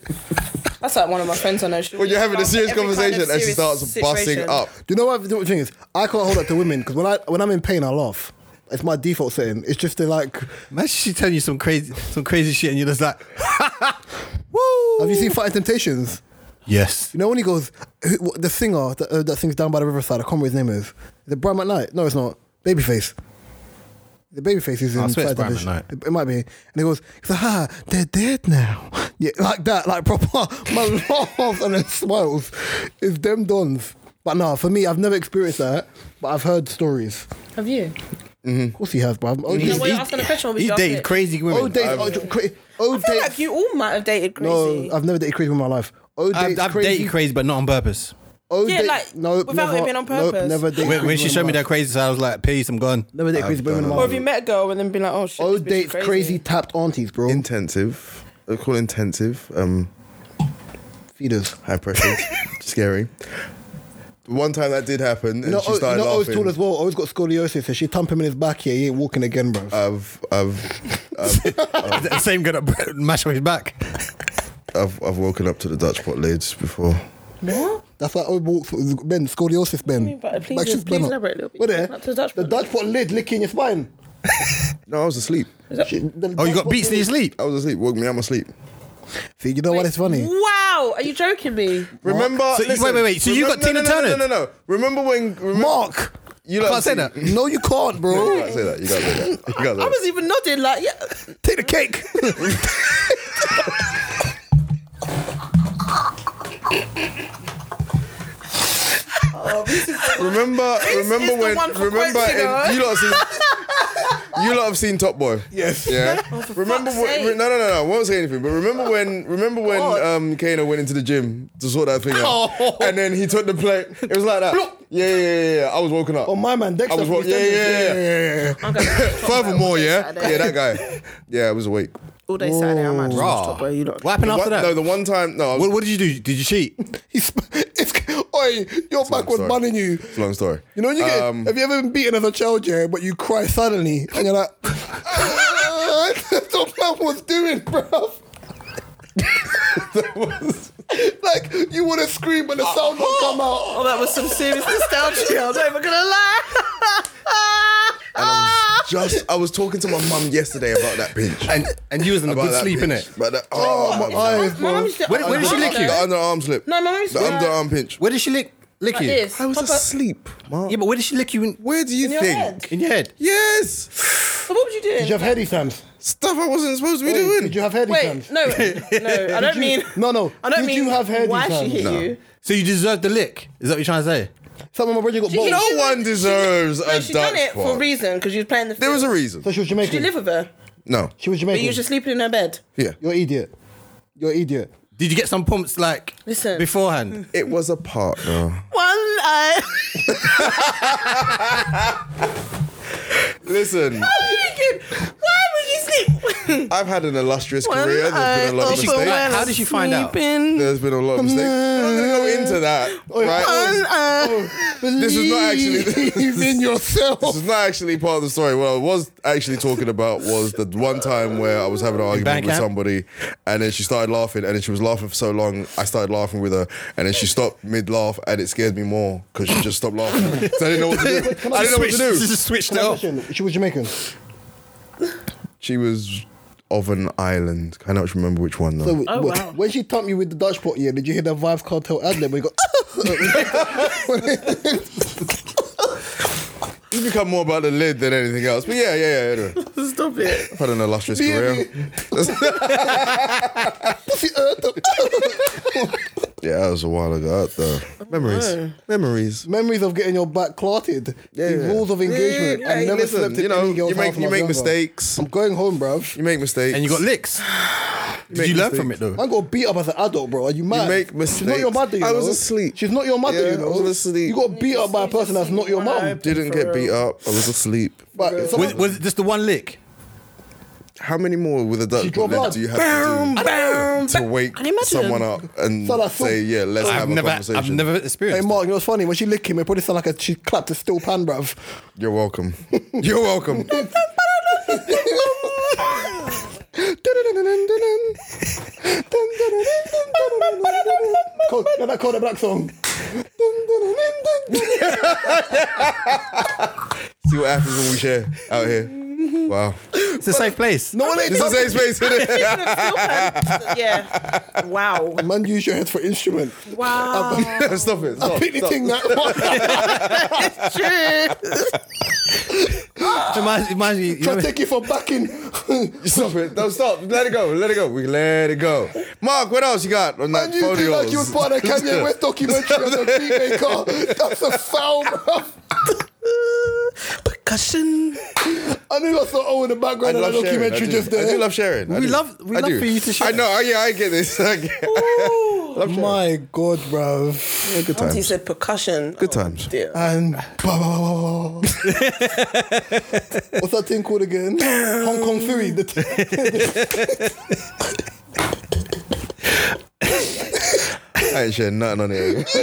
Speaker 4: That's like one of my friends I know. She
Speaker 2: When you're having a
Speaker 4: laughed at
Speaker 2: serious
Speaker 4: every kind of
Speaker 2: conversation and she
Speaker 4: serious
Speaker 2: starts
Speaker 4: situation.
Speaker 2: busting up.
Speaker 1: Do you know what the thing is? I can't hold up to women because when I when I'm in pain, I laugh. It's my default setting. It's just they're like,
Speaker 3: Imagine she telling you some crazy, some crazy shit, and you're just like,
Speaker 1: "Have you seen Fighting Temptations?"
Speaker 3: yes.
Speaker 1: You know when he goes, who- what- the singer that, uh, that sings down by the riverside. I can't remember his name is. Is it Brian McKnight? No, it's not. Babyface. The babyface is in.
Speaker 3: Oh, I swear it's
Speaker 1: Fight
Speaker 3: Brian
Speaker 1: Division.
Speaker 3: McKnight.
Speaker 1: It, it might be. And he goes, he's like, ha, they're dead now. Yeah, like that, like proper. My laughs and it smiles. It's them dons. But no, for me, I've never experienced that. But I've heard stories.
Speaker 4: Have you?
Speaker 1: Of course, he has, bruv. Old
Speaker 4: You
Speaker 1: days,
Speaker 4: know what? You're asking a question. What
Speaker 3: He's dated crazy women.
Speaker 1: old days, old, cra- old
Speaker 4: I feel
Speaker 1: days.
Speaker 4: like you all might have dated crazy.
Speaker 1: no, I've never dated crazy in my life. Old
Speaker 3: I've,
Speaker 1: dates
Speaker 3: I've
Speaker 1: crazy.
Speaker 3: dated crazy, but not on purpose.
Speaker 1: Old
Speaker 4: Yeah,
Speaker 1: dates-
Speaker 4: like,
Speaker 1: no,
Speaker 4: without
Speaker 1: never,
Speaker 4: it being on
Speaker 1: nope,
Speaker 4: purpose.
Speaker 1: never dated
Speaker 3: When, when she
Speaker 1: crazy
Speaker 3: showed
Speaker 1: in
Speaker 3: me
Speaker 1: my
Speaker 3: that crazy, side, I was like, peace, I'm gone.
Speaker 1: Never date crazy women in my
Speaker 4: or have you
Speaker 1: life.
Speaker 4: met a girl and then been like, oh shit,
Speaker 1: Old
Speaker 4: this bitch
Speaker 1: dates
Speaker 4: is
Speaker 1: crazy.
Speaker 4: crazy?
Speaker 1: tapped aunties, bro.
Speaker 2: Intensive, they call it intensive. Um,
Speaker 1: Feeders.
Speaker 2: high pressure, scary. One time that did happen, and
Speaker 1: No,
Speaker 2: she
Speaker 1: oh,
Speaker 2: started
Speaker 1: no, always
Speaker 2: laughing.
Speaker 1: tall as well. Always got scoliosis. So she thump him in his back. Yeah, he ain't walking again, bro.
Speaker 2: I've, I've, I've,
Speaker 3: The Same gonna mash on his back.
Speaker 2: I've, I've woken up to the Dutch pot lids before.
Speaker 4: What?
Speaker 1: That's like oh, walk Ben scoliosis, Ben.
Speaker 4: But please,
Speaker 1: Back shift,
Speaker 4: please
Speaker 1: Ben, up.
Speaker 4: elaborate a little bit.
Speaker 1: Where there?
Speaker 4: Not to the Dutch
Speaker 1: the
Speaker 4: pot.
Speaker 1: Dutch pot lid licking your spine.
Speaker 2: No, I was asleep.
Speaker 1: She- the
Speaker 3: Oh, you
Speaker 1: Dutch
Speaker 3: got
Speaker 1: pot
Speaker 3: beats in
Speaker 1: lid-
Speaker 3: your sleep.
Speaker 2: I was asleep. Woke me out my sleep.
Speaker 1: See, you know what is funny?
Speaker 4: Wow, are you joking me?
Speaker 2: Remember?
Speaker 3: So you- wait, wait, wait. So you got
Speaker 2: no,
Speaker 3: Tina
Speaker 2: no, no,
Speaker 3: Turner?
Speaker 2: No, no, no, no. Remember when? Remember,
Speaker 1: Mark,
Speaker 2: you
Speaker 3: can't
Speaker 2: lot-
Speaker 3: say that.
Speaker 1: no, you can't, bro.
Speaker 2: You can't say that. You can't say that. You can't say
Speaker 4: I
Speaker 2: that.
Speaker 4: was even nodding like, yeah.
Speaker 3: Take the cake.
Speaker 2: Remember, remember
Speaker 4: it's the
Speaker 2: when?
Speaker 4: one for
Speaker 2: remember,
Speaker 4: Quentin,
Speaker 2: in,
Speaker 4: huh?
Speaker 2: you lot have seen. You lot have seen Top Boy.
Speaker 1: Yes.
Speaker 2: Yeah. remember
Speaker 4: Oh, fuck's
Speaker 2: when?
Speaker 4: sake. Oh.
Speaker 2: No, no, no, no. I won't say anything. But remember when? Remember when?
Speaker 4: God.
Speaker 2: Um, Kano went into the gym to sort that thing out,
Speaker 3: Oh.
Speaker 2: and then he took the plate. It was like that. Yeah, yeah, yeah, yeah. I was woken up.
Speaker 1: Oh my man, Dexter.
Speaker 2: I was wa-
Speaker 1: from
Speaker 2: yeah, yeah,
Speaker 1: EastEnders.
Speaker 2: yeah, yeah.
Speaker 4: I'm going
Speaker 2: Furthermore, yeah,
Speaker 4: Saturday.
Speaker 2: yeah, that guy. Yeah, I was awake.
Speaker 4: all day Saturday. I might just
Speaker 3: Raw.
Speaker 4: watch Top Boy. You lot.
Speaker 3: What happened after
Speaker 2: One-
Speaker 3: that?
Speaker 2: No, the one time. No, I was,
Speaker 3: what, what did you do? Did you cheat?
Speaker 1: He sp- it's, oi, your back was
Speaker 2: story.
Speaker 1: bunning you.
Speaker 2: It's a long story.
Speaker 1: You know, when you get,
Speaker 2: Um,
Speaker 1: have you ever been beaten as a child, yeah, but you cry suddenly and you're like, that's what man was doing, bruv. like, you want to scream, but the sound don't come out.
Speaker 4: Oh, that was some serious nostalgia. I'm not even gonna lie.
Speaker 2: just I was talking to my mum yesterday about that pinch.
Speaker 3: And and you was in a
Speaker 2: about
Speaker 3: good
Speaker 2: that
Speaker 3: sleep,
Speaker 2: pinch.
Speaker 3: innit?
Speaker 2: About that. Oh,
Speaker 1: My
Speaker 2: my
Speaker 1: eyes,
Speaker 4: My mum
Speaker 1: bro.
Speaker 4: used to-
Speaker 3: Where- where did she
Speaker 4: Oh,
Speaker 3: lick you?
Speaker 2: The underarm slip.
Speaker 4: No, my mum used
Speaker 2: The
Speaker 4: to do that
Speaker 2: underarm pinch.
Speaker 3: Where did she lick lick
Speaker 4: like
Speaker 3: you?
Speaker 4: this. Pop up-
Speaker 2: asleep, Mark.
Speaker 3: Yeah, but where did she lick you? In,
Speaker 2: Where do you
Speaker 4: in your
Speaker 2: think?
Speaker 4: head.
Speaker 3: in your head?
Speaker 2: Yes,
Speaker 4: So what would you do?
Speaker 1: Did you have heady sams?
Speaker 2: stuff I wasn't supposed to be
Speaker 1: Wait,
Speaker 2: doing.
Speaker 1: Did you have heady
Speaker 4: Wait,
Speaker 1: sams?
Speaker 4: no, no, I don't mean.
Speaker 1: No, no.
Speaker 4: I don't
Speaker 1: did
Speaker 4: mean.
Speaker 1: you have heady
Speaker 4: Why
Speaker 1: sams?
Speaker 4: she hit you?
Speaker 3: So you deserved the lick? Is that what you're trying to say?
Speaker 1: Some of my brother got
Speaker 4: She-
Speaker 1: both.
Speaker 2: no
Speaker 4: she-
Speaker 2: one
Speaker 4: she-
Speaker 2: deserves
Speaker 4: No,
Speaker 2: a
Speaker 4: she
Speaker 2: Dutch
Speaker 4: done it for a
Speaker 2: part.
Speaker 4: reason because you was playing the.
Speaker 2: There was a reason.
Speaker 1: So she was
Speaker 4: Did you
Speaker 1: Jamaican.
Speaker 4: live with her?
Speaker 2: No.
Speaker 1: she was
Speaker 4: But
Speaker 1: Jamaican.
Speaker 4: you were just sleeping in her bed.
Speaker 2: Yeah.
Speaker 1: You're an idiot. You're an idiot.
Speaker 3: Did you get some pumps like
Speaker 4: Listen.
Speaker 3: beforehand?
Speaker 2: It was a partner.
Speaker 4: One eye.
Speaker 2: Listen,
Speaker 4: Why would you sleep?
Speaker 2: I've had an illustrious
Speaker 4: One
Speaker 2: career. There's been a lot of
Speaker 4: eye open when
Speaker 2: mistakes.
Speaker 3: How
Speaker 4: I'm
Speaker 3: did she find out?
Speaker 4: sleeping.
Speaker 2: There's been a lot of mistakes. I'm not gonna go into that. Right?
Speaker 4: One eye.
Speaker 2: This is not actually-
Speaker 1: Believe in yourself.
Speaker 2: This is not actually part of the story. What I was actually talking about was the one time where I was having an argument with
Speaker 3: Bandcamp?
Speaker 2: somebody, and then she started laughing, and then she was laughing for so long, I started laughing with her, and then she stopped mid laugh, and it scared me more because she just stopped laughing. So I didn't know what to do. I didn't know what to
Speaker 3: Switched-
Speaker 2: do.
Speaker 3: Just switched
Speaker 1: Can
Speaker 3: it
Speaker 1: I
Speaker 3: off.
Speaker 1: question? She was Jamaican.
Speaker 2: She was of an island. I don't remember which one though.
Speaker 1: So,
Speaker 4: Oh,
Speaker 1: wh-
Speaker 4: wow.
Speaker 1: When she thumped you with the Dutch pot, yeah, did you hear that Vibes Cartel ad lib? When you go,
Speaker 2: you become more about the lid than anything else. But yeah, yeah, yeah. Anyway,
Speaker 4: Stop it.
Speaker 2: I've had an illustrious
Speaker 1: Yeah,
Speaker 2: career.
Speaker 1: pussy earth.
Speaker 2: Yeah, that was a while ago. Out there. Memories. Memories.
Speaker 1: Memories of getting your back clotted.
Speaker 2: Yeah,
Speaker 1: the
Speaker 2: yeah.
Speaker 1: rules of engagement.
Speaker 2: Yeah, yeah,
Speaker 1: I never
Speaker 2: listen,
Speaker 1: slept in
Speaker 2: you know,
Speaker 1: any girl's
Speaker 2: you make-
Speaker 1: house when
Speaker 2: you
Speaker 1: I was
Speaker 2: make
Speaker 1: younger.
Speaker 2: mistakes.
Speaker 1: I'm going home, bruv.
Speaker 2: You make mistakes.
Speaker 3: And you got licks. Did
Speaker 2: make
Speaker 3: you learn
Speaker 2: mistakes.
Speaker 3: from it though?
Speaker 1: I got beat up as an adult, bro. Are you mad?
Speaker 2: make
Speaker 1: She's not your
Speaker 2: mistakes.
Speaker 1: mother. You
Speaker 2: I was
Speaker 1: know?
Speaker 2: asleep.
Speaker 1: She's not your mother.
Speaker 2: Yeah,
Speaker 1: you know.
Speaker 2: I was asleep.
Speaker 1: You got beat up by a person that's not your mum.
Speaker 2: Didn't get beat up. I was asleep.
Speaker 1: But it's
Speaker 3: Was, was it just the one lick?
Speaker 2: How many more with a duck
Speaker 1: draw blood.
Speaker 2: lid do you have to do to wake
Speaker 4: Can you imagine?
Speaker 2: someone up and
Speaker 1: So that's so-
Speaker 2: say, yeah, let's
Speaker 3: I've
Speaker 2: have
Speaker 3: never,
Speaker 2: a
Speaker 3: I've
Speaker 2: conversation?
Speaker 3: never
Speaker 1: Hey
Speaker 3: experienced.
Speaker 1: Mark, Oh, you know what's funny? When she licked him, it probably sounded like a, she clapped a steel pan, bruv.
Speaker 2: You're welcome. You're welcome.
Speaker 1: Call, no, that called a black song.
Speaker 2: See what happens when we share out here. Wow.
Speaker 3: It's a safe place.
Speaker 1: No one ain't
Speaker 2: This is
Speaker 1: talking.
Speaker 2: safe space, isn't it?
Speaker 4: yeah. Wow. Um,
Speaker 1: Man, use your head for instrument.
Speaker 4: Wow.
Speaker 2: Stop it.
Speaker 1: I
Speaker 2: Stop.
Speaker 1: picked the
Speaker 2: stop.
Speaker 1: thing that
Speaker 4: True.
Speaker 3: Imagine, imagine you know,
Speaker 1: try to take it for backing.
Speaker 2: Stop it. No, stop. Let it go. Let it go. We can let it go. Mark, what else you got on that
Speaker 1: Man, you
Speaker 2: phone of
Speaker 1: feel like
Speaker 2: yours?
Speaker 1: you was part of the Kanye West documentary on the beat car. That's a foul, bruv.
Speaker 4: Percussion.
Speaker 1: I knew I saw O in the
Speaker 2: I
Speaker 1: background of
Speaker 2: love
Speaker 1: that
Speaker 2: sharing. I
Speaker 1: documentary
Speaker 2: do.
Speaker 1: just there.
Speaker 2: I do love sharing. I
Speaker 3: We
Speaker 2: do.
Speaker 3: love- we
Speaker 2: I
Speaker 3: love
Speaker 2: do.
Speaker 3: for you to share.
Speaker 2: I know. Oh, yeah, I get this. I get love sharing.
Speaker 1: My God, bruv.
Speaker 2: Yeah, good
Speaker 4: Auntie
Speaker 2: times.
Speaker 4: said percussion. Oh,
Speaker 2: Good times.
Speaker 4: Dear.
Speaker 1: And blah, blah, blah, blah, blah. what's that thing called again? Hong Kong Fui. The t-
Speaker 2: I ain't sharing nothing on it.
Speaker 1: How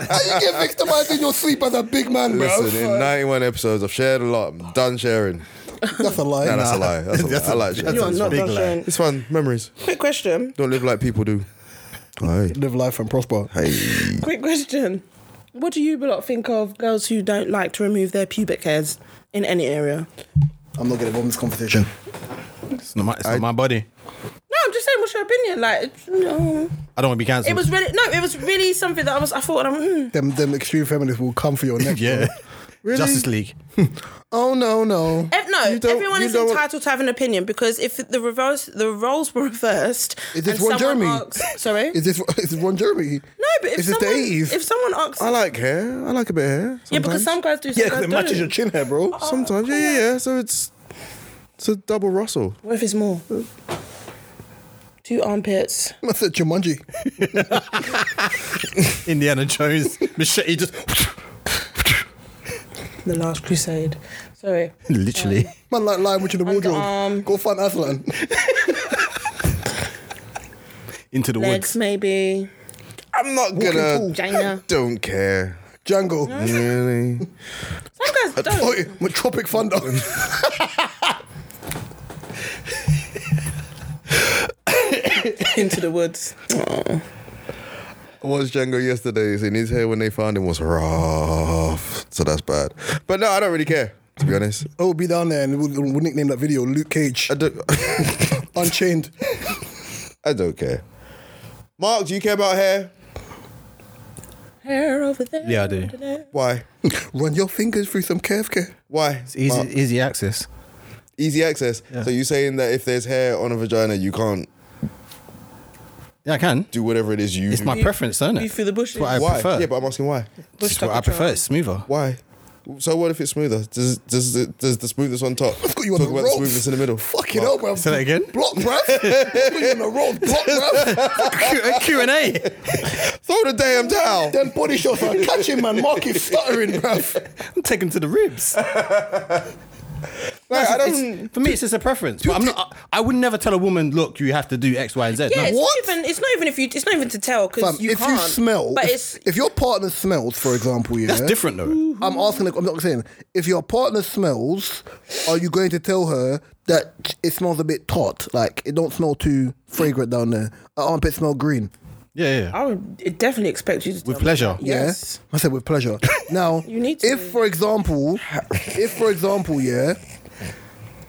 Speaker 1: you get victimized in your sleep as a big man, bro?
Speaker 2: Listen, in 91 episodes, I've shared a lot. I'm done sharing.
Speaker 1: That's a lie.
Speaker 2: Nah, that's a lie. That's a lie. I like sharing.
Speaker 4: You are not
Speaker 3: big
Speaker 4: done
Speaker 3: lie.
Speaker 4: sharing.
Speaker 2: It's fun. Memories.
Speaker 4: Quick question.
Speaker 2: Don't live like people do. Aye.
Speaker 1: Live life and prosper.
Speaker 4: Quick question. What do you lot think of girls who don't like to remove their pubic hairs in any area?
Speaker 1: I'm not getting involved in this conversation.
Speaker 3: It's not my, it's not my body.
Speaker 4: No, I'm just saying. What's your opinion? Like, it's- no.
Speaker 3: I don't want to be cancelled.
Speaker 4: it was really no. It was really something that I was. I thought. I'm. Mm.
Speaker 1: Them, them extreme feminists will come for your neck.
Speaker 3: yeah. Justice League.
Speaker 1: Oh no, no.
Speaker 4: Ev- No,
Speaker 2: You don't-
Speaker 4: everyone
Speaker 2: you
Speaker 4: is
Speaker 2: don't-
Speaker 4: entitled to have an opinion because if the reverse, the roles were reversed.
Speaker 1: Is this
Speaker 4: and
Speaker 1: Ron
Speaker 4: someone
Speaker 1: Jeremy?
Speaker 4: asks- sorry.
Speaker 1: Is this is this Ron Jeremy?
Speaker 4: no, but if
Speaker 1: is this
Speaker 4: someone,
Speaker 1: the 80s?
Speaker 4: if someone asks,
Speaker 2: I like hair. I like a bit of hair.
Speaker 4: yeah, because
Speaker 2: sometimes.
Speaker 4: some guys do. Oh, Some
Speaker 1: yeah,
Speaker 4: guys
Speaker 1: because it matches
Speaker 4: don't.
Speaker 1: your chin hair, bro.
Speaker 2: Sometimes, yeah, yeah, yeah. So it's it's a double Russell.
Speaker 4: What if it's more? Two armpits.
Speaker 1: I said Jumanji.
Speaker 3: Indiana Jones. Machete just
Speaker 4: The Last Crusade. Sorry.
Speaker 3: literally.
Speaker 1: Man, like lying with you in the wardrobe.
Speaker 4: Underarm.
Speaker 1: Go find Aslan.
Speaker 3: into the
Speaker 4: Legs,
Speaker 3: woods.
Speaker 4: maybe.
Speaker 2: I'm not
Speaker 1: pool.
Speaker 2: gonna.
Speaker 4: Vagina.
Speaker 2: Don't care.
Speaker 1: Django.
Speaker 2: Really?
Speaker 4: Some guys don't.
Speaker 1: Oi, my Tropic Thunder.
Speaker 4: Into the woods.
Speaker 2: I watched Django yesterday, and his hair when they found him was rough. So that's bad. But no, I don't really care. To be honest,
Speaker 1: oh, we'll be down there and we'll, we'll nickname that video Luke Cage.
Speaker 2: I don't.
Speaker 1: Unchained.
Speaker 2: I don't care. Mark, do you care about hair?
Speaker 4: Hair over there.
Speaker 3: Yeah, I do.
Speaker 4: over there.
Speaker 2: Why?
Speaker 1: Run your fingers through some KFK.
Speaker 2: Why?
Speaker 3: It's easy,
Speaker 2: Mark,
Speaker 3: easy access.
Speaker 2: easy access. So you saying that if there's hair on a vagina, you can't
Speaker 3: Yeah, I can.
Speaker 2: do whatever it is you.
Speaker 3: It's my preference, isn't
Speaker 4: You
Speaker 3: it?
Speaker 4: through the bushes.
Speaker 3: What I
Speaker 2: why?
Speaker 3: prefer.
Speaker 2: Yeah, but I'm asking why.
Speaker 3: It's what I prefer. It's smoother.
Speaker 2: Why? So what if it's smoother? Does does the- does the smoothness on top?
Speaker 1: I've got you on
Speaker 2: Talk
Speaker 1: the
Speaker 2: about
Speaker 1: ropes.
Speaker 2: the smoothness in the middle.
Speaker 1: Fucking hell, bruv.
Speaker 3: Say that again.
Speaker 1: Block, bruv. I've got you on the road. Block, bruv.
Speaker 3: Q and A.
Speaker 2: Throw the damn towel.
Speaker 1: Them body shots are catching, man. Mark is stuttering, bruv.
Speaker 3: I'm taking to the ribs.
Speaker 2: Like, I
Speaker 3: It's-
Speaker 2: don't.
Speaker 3: for me, it's just a preference. But I'm not. I, I would never tell a woman, look, you have to do X, Y, and Z.
Speaker 4: Yeah,
Speaker 3: No.
Speaker 4: it's
Speaker 1: What?
Speaker 4: not even. It's not even if you. It's not even to tell
Speaker 1: Fam,
Speaker 4: because you
Speaker 1: Um, if
Speaker 4: can't.
Speaker 1: you smell,
Speaker 4: but
Speaker 1: if-
Speaker 4: it's
Speaker 1: if, your partner smells, for example, yeah,
Speaker 3: That's different, though.
Speaker 1: I'm asking. I'm not saying if your partner smells, are you going to tell her that it smells a bit taut, like it don't smell too fragrant down there? Her armpit smell green.
Speaker 3: Yeah, yeah.
Speaker 4: I would definitely expect you to.
Speaker 3: With
Speaker 4: tell me.
Speaker 3: pleasure.
Speaker 1: Yeah,
Speaker 4: Yes.
Speaker 1: I said with pleasure. Now,
Speaker 4: You need to.
Speaker 1: if, for example, if for example, yeah,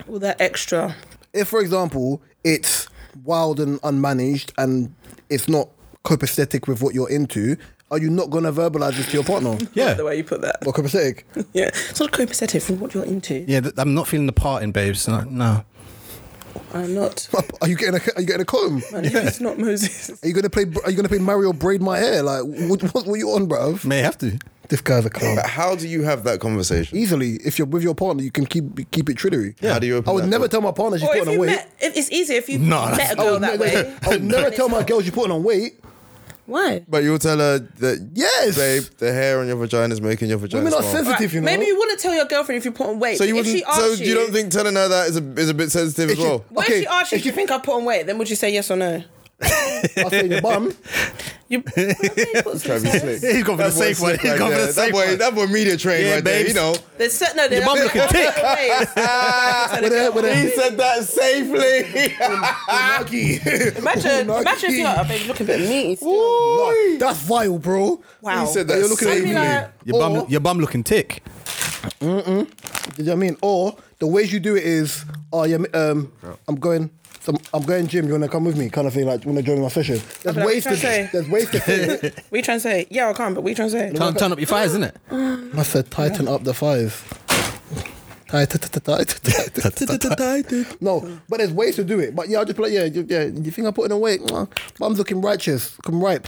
Speaker 4: All that extra.
Speaker 1: if for example it's wild and unmanaged and it's not copacetic with what you're into, are you not going to verbalize this to your partner?
Speaker 3: Yeah.
Speaker 4: The way you put that.
Speaker 1: Or copacetic?
Speaker 4: Yeah. It's not copacetic from what you're into.
Speaker 3: Yeah, th- I'm not feeling the parting, babes. No, no.
Speaker 4: I'm not.
Speaker 1: Are you getting a, are you getting a comb?
Speaker 4: My name is not Moses.
Speaker 1: Are you gonna play? Are you gonna play Mario braid my hair? Like, what, what were you on, bruv?
Speaker 3: may have to.
Speaker 1: This guy's a clown.
Speaker 2: But how do you have that conversation?
Speaker 1: Easily, if you're with your partner, you can keep keep it trillery.
Speaker 2: How do you open
Speaker 1: I would
Speaker 2: that
Speaker 1: never
Speaker 2: door?
Speaker 1: tell my partner she's
Speaker 4: Or if
Speaker 1: putting on
Speaker 4: you
Speaker 1: weight.
Speaker 4: met, if it's easier if you
Speaker 3: No,
Speaker 4: met a
Speaker 3: that's-
Speaker 4: girl that
Speaker 1: Wait,
Speaker 4: way.
Speaker 1: I would never tell my girl she's putting on weight.
Speaker 4: Why?
Speaker 2: But you'll tell her that
Speaker 1: Yes.
Speaker 2: babe, the hair on your vagina is making your vagina.
Speaker 1: Women are
Speaker 2: smell.
Speaker 1: sensitive, you know.
Speaker 4: Maybe you wouldn't tell your girlfriend if you put on weight.
Speaker 2: So you
Speaker 4: if
Speaker 2: wouldn't.
Speaker 4: she asks
Speaker 2: so you don't think telling her that is a is a bit sensitive as
Speaker 1: she-
Speaker 2: well?
Speaker 4: What
Speaker 1: Okay,
Speaker 4: if she asks you,
Speaker 1: if
Speaker 4: do you
Speaker 1: you-
Speaker 4: think I put on weight? Then would you say yes or no?
Speaker 1: I say your bum.
Speaker 4: You, Okay, put some
Speaker 2: Travis
Speaker 4: sense.
Speaker 2: Slick.
Speaker 3: He's gone for the
Speaker 2: That boy
Speaker 3: safe one.
Speaker 2: slick
Speaker 3: He's
Speaker 2: right
Speaker 3: gone for
Speaker 2: there.
Speaker 3: the
Speaker 2: That
Speaker 3: safe
Speaker 2: boy,
Speaker 3: one.
Speaker 2: that boy media train
Speaker 3: Yeah,
Speaker 2: right there.
Speaker 3: babes.
Speaker 2: You know.
Speaker 4: There's set no. Your
Speaker 3: mum looking thick.
Speaker 1: With her, with her.
Speaker 2: He said that safely.
Speaker 4: Ah. Imagine,
Speaker 1: Ooh,
Speaker 4: imagine if
Speaker 1: Nike.
Speaker 4: you're like, oh, babe, you're looking a bit meaty. still."
Speaker 1: Nah, That's vile, bro.
Speaker 4: Wow.
Speaker 2: He said that
Speaker 1: You're looking at
Speaker 4: I'd
Speaker 2: safely.
Speaker 4: be
Speaker 1: me.
Speaker 4: like,
Speaker 3: Your bum,
Speaker 1: Or-
Speaker 3: your bum looking tick.
Speaker 1: Do you know what I mean? Or the ways you do it is, oh yeah, um, I'm going. some I'm going gym. You wanna come with me? Kind of thing. Like, you wanna join my session? There's
Speaker 4: I'll be like,
Speaker 1: ways
Speaker 4: what
Speaker 1: to.
Speaker 4: you trying to say?
Speaker 1: There's ways to. say it.
Speaker 4: we trying to say, yeah, I can't, but we trying to say.
Speaker 3: Turn, turn up your fires, isn't it?
Speaker 1: I said tighten up the five. Tighten, tighten, tighten, tighten, tighten. No, but there's ways to do it. But yeah, I'll just be like, yeah, you- yeah. You think I'm putting away? Mwah. Mum's looking righteous, looking ripe.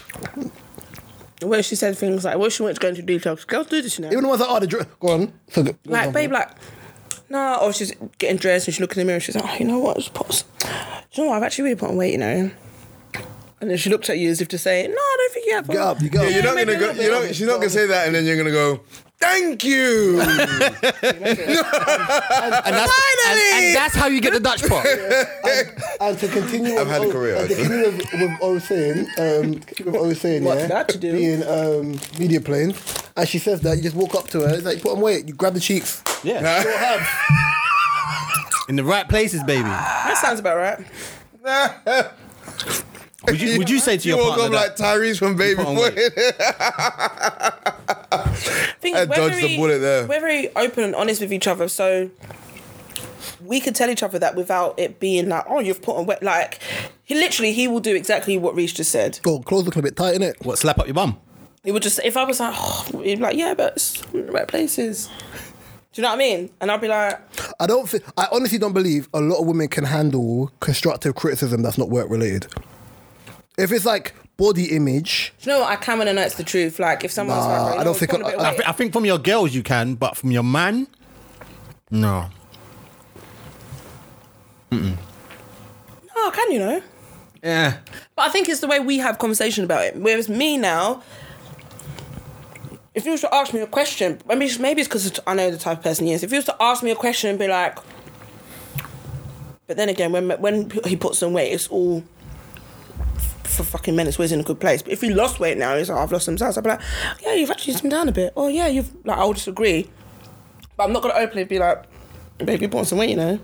Speaker 4: Where she said things like, well, she went to go into detox. Girls do this, you know.
Speaker 1: Even the ones that are the dr- go on. So, go- go
Speaker 4: like,
Speaker 1: on.
Speaker 4: babe, like, no, or she's getting "Oh, dressed and she looks in the mirror and she's like, oh, you know what, just put, do you know what, I've actually really put on weight, you know. And And then she looked at you as if to say, No, I don't think you have one.
Speaker 1: Get up, you get
Speaker 2: Yeah,
Speaker 1: up.
Speaker 2: you're not
Speaker 4: maybe
Speaker 2: gonna go.
Speaker 4: not.
Speaker 2: You know, she's not gonna say that, and then you're gonna go. Thank you.
Speaker 3: And that's, and, and that's how you get the Dutch pot.
Speaker 1: And to continue,
Speaker 2: I've had a
Speaker 1: on,
Speaker 2: career,
Speaker 1: And to
Speaker 2: actually.
Speaker 1: continue with, with O saying, um, with O saying,
Speaker 4: What's
Speaker 1: yeah,
Speaker 4: that to do?
Speaker 1: being um, media planes, and she says that you just walk up to her, it's like you put on weight, you grab the cheeks.
Speaker 3: Yeah. In the right places, baby.
Speaker 4: That sounds about right.
Speaker 3: Would you, would you say to
Speaker 2: you
Speaker 3: your
Speaker 2: walk
Speaker 3: partner
Speaker 2: up like
Speaker 3: that,
Speaker 2: Tyrese from Baby
Speaker 3: on
Speaker 2: Boy?
Speaker 4: Thing
Speaker 2: I
Speaker 4: is, we're
Speaker 2: dodged the
Speaker 4: very-
Speaker 2: bullet there.
Speaker 4: We're very open and honest with each other, so we can tell each other that without it being like, "Oh, you've put on wet." Like, he literally, he will do exactly what Reese just said.
Speaker 1: Go, clothes looking a bit tight, innit?
Speaker 3: what, slap up your bum?
Speaker 4: He would just, if I was like, oh, he'd be like, "Yeah, but it's in the right places." Do you know what I mean? And I'd be like,
Speaker 1: I don't. Thi- I honestly don't believe a lot of women can handle constructive criticism that's not work related. If it's like body image,
Speaker 4: "Do you know what? I can when I know it's the truth." Like, if someone's
Speaker 1: Nah,
Speaker 4: like, "Right,
Speaker 1: I
Speaker 4: you know
Speaker 1: don't
Speaker 4: what,
Speaker 1: think
Speaker 4: put on a
Speaker 1: I-
Speaker 4: bit of
Speaker 1: I
Speaker 3: I,
Speaker 4: weight."
Speaker 3: thi- I think from your girls you can, but from your man, no.
Speaker 4: oh, can you know?
Speaker 3: Yeah.
Speaker 4: But I think it's the way we have conversation about it. Whereas me now, if you was to ask me a question, I mean, maybe it's because I know the type of person he is. If you was to ask me a question and be like, but then again, when when he puts on weight, it's all for fucking men. It's always in a good place. But if he lost weight now, he's like, I've lost some size. I'd be like, yeah, you've actually slimmed down a bit. Or yeah, you've like, I'll disagree. But I'm not gonna openly be like, babe, you put on some weight, you know.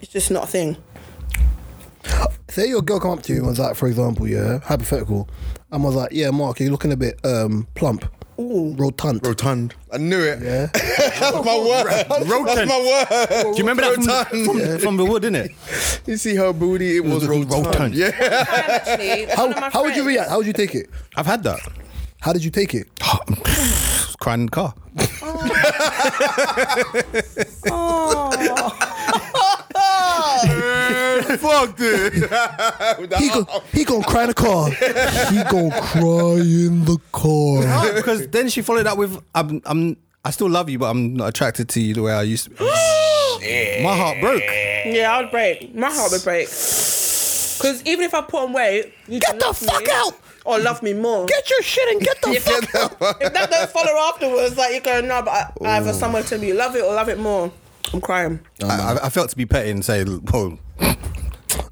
Speaker 4: It's just not a thing.
Speaker 1: say your girl come up to you and was like, for example, yeah, hypothetical, and was like, yeah, Mark, you're looking a bit um, plump, Ooh. rotund.
Speaker 2: Rotund. I knew it.
Speaker 1: yeah.
Speaker 2: That's my word. That's
Speaker 3: Rotund.
Speaker 2: my word.
Speaker 3: Do you remember that from,
Speaker 2: Rotund.
Speaker 3: from, from the wood, innit?
Speaker 2: You see her booty? It was
Speaker 3: Rotund.
Speaker 2: rotund. Yeah.
Speaker 4: time, actually. One of
Speaker 1: How,
Speaker 4: my
Speaker 1: how would you
Speaker 4: friends-
Speaker 1: react? How would you take it?
Speaker 3: I've had that.
Speaker 1: How did you take it?
Speaker 3: Crying in the car.
Speaker 2: Fuck it.
Speaker 1: He go, he gonna cry in the car. he gonna cry in the car.
Speaker 3: No, because then she followed up with I'm, I'm I still love you, but I'm not attracted to you the way I used to. be." My heart broke.
Speaker 4: Yeah, I would break. My heart would break. Because even if I put on weight, you
Speaker 1: Get
Speaker 4: can
Speaker 1: the
Speaker 4: love me
Speaker 1: fuck out!
Speaker 4: Or love me more.
Speaker 1: Get your shit and get the
Speaker 4: if,
Speaker 1: fuck.
Speaker 4: that, if that don't follow afterwards, like you're going, no, but I, either someone tell me you love it or love it more. I'm crying.
Speaker 3: I, I- I felt to be petty and say, "Whoa,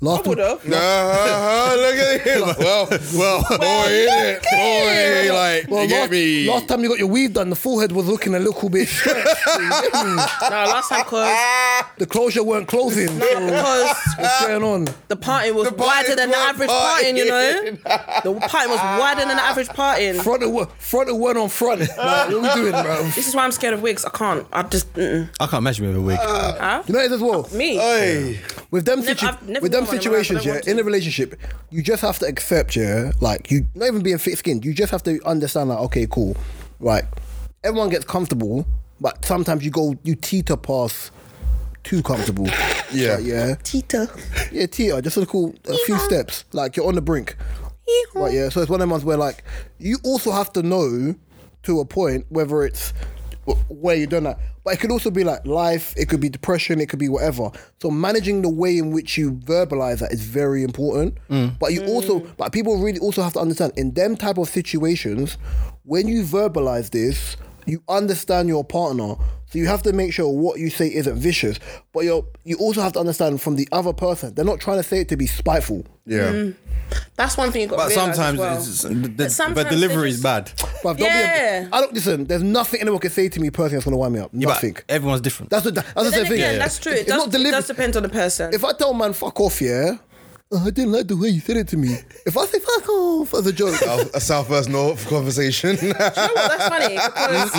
Speaker 1: Last
Speaker 4: I would have.
Speaker 2: Uh-huh, look at him. Well, well, boy, is it? Boy, like, you get
Speaker 1: last,
Speaker 2: me.
Speaker 1: last time you got your weave done, the forehead was looking a little bit stretched. You get me?
Speaker 4: No, last time because
Speaker 1: the closure weren't closing. So what's going on?
Speaker 4: the party was
Speaker 2: The party
Speaker 4: wider than the
Speaker 2: was
Speaker 4: average party, you know. The party was wider than the average party.
Speaker 1: Front of one, front of one on front. Like, what are we doing, bro?
Speaker 4: This is why I'm scared of wigs. I can't. I just. Mm-mm.
Speaker 3: I can't measure me with a wig."
Speaker 4: Huh?
Speaker 1: You know it as well.
Speaker 4: Me.
Speaker 2: Hey.
Speaker 1: With them,
Speaker 4: Never-
Speaker 1: situ-
Speaker 4: I've never
Speaker 1: with them
Speaker 4: worn one in my life,
Speaker 1: situations,
Speaker 4: I don't
Speaker 1: yeah,
Speaker 4: want to.
Speaker 1: in a relationship, you just have to accept, yeah, like you not even being thick skinned, you just have to understand, like, okay, cool, right. Everyone gets comfortable, but sometimes you go, you teeter past too comfortable.
Speaker 2: Yeah.
Speaker 1: Like, yeah.
Speaker 4: Tita.
Speaker 1: Yeah, teeter, just a little, a few steps, like you're on the brink. Right, yeah. So it's one of the ones where, like, you also have to know to a point whether it's w- where you're done that. But it could also be like life, it could be depression, it could be whatever. So managing the way in which you verbalize that is very important. But you also, but people really also have to understand in them type of situations, when you verbalize this, you understand your partner. So you have to make sure what you say isn't vicious, but you you also have to understand from the other person. They're not trying to say it to be spiteful.
Speaker 2: Yeah.
Speaker 4: That's one thing you got.
Speaker 3: But sometimes,
Speaker 4: well.
Speaker 3: it's, the,
Speaker 4: But sometimes
Speaker 3: but
Speaker 4: they
Speaker 3: delivery is
Speaker 4: just-
Speaker 3: bad.
Speaker 1: Bruv, don't
Speaker 4: Yeah.
Speaker 1: be a, I don't listen. There's nothing anyone can say to me personally that's gonna wind me up.
Speaker 3: Yeah, but
Speaker 1: Nothing.
Speaker 3: everyone's different.
Speaker 1: that's the that's the
Speaker 4: Then
Speaker 1: same thing.
Speaker 4: again, that's true. It
Speaker 1: It's
Speaker 4: does,
Speaker 1: not delivery.
Speaker 4: it does depend on the person.
Speaker 1: if I tell man fuck off, yeah, "Oh, I didn't like the way you said it to me. If I say fuck off as a joke,
Speaker 2: South- a South West North conversation.
Speaker 4: you know what? That's funny because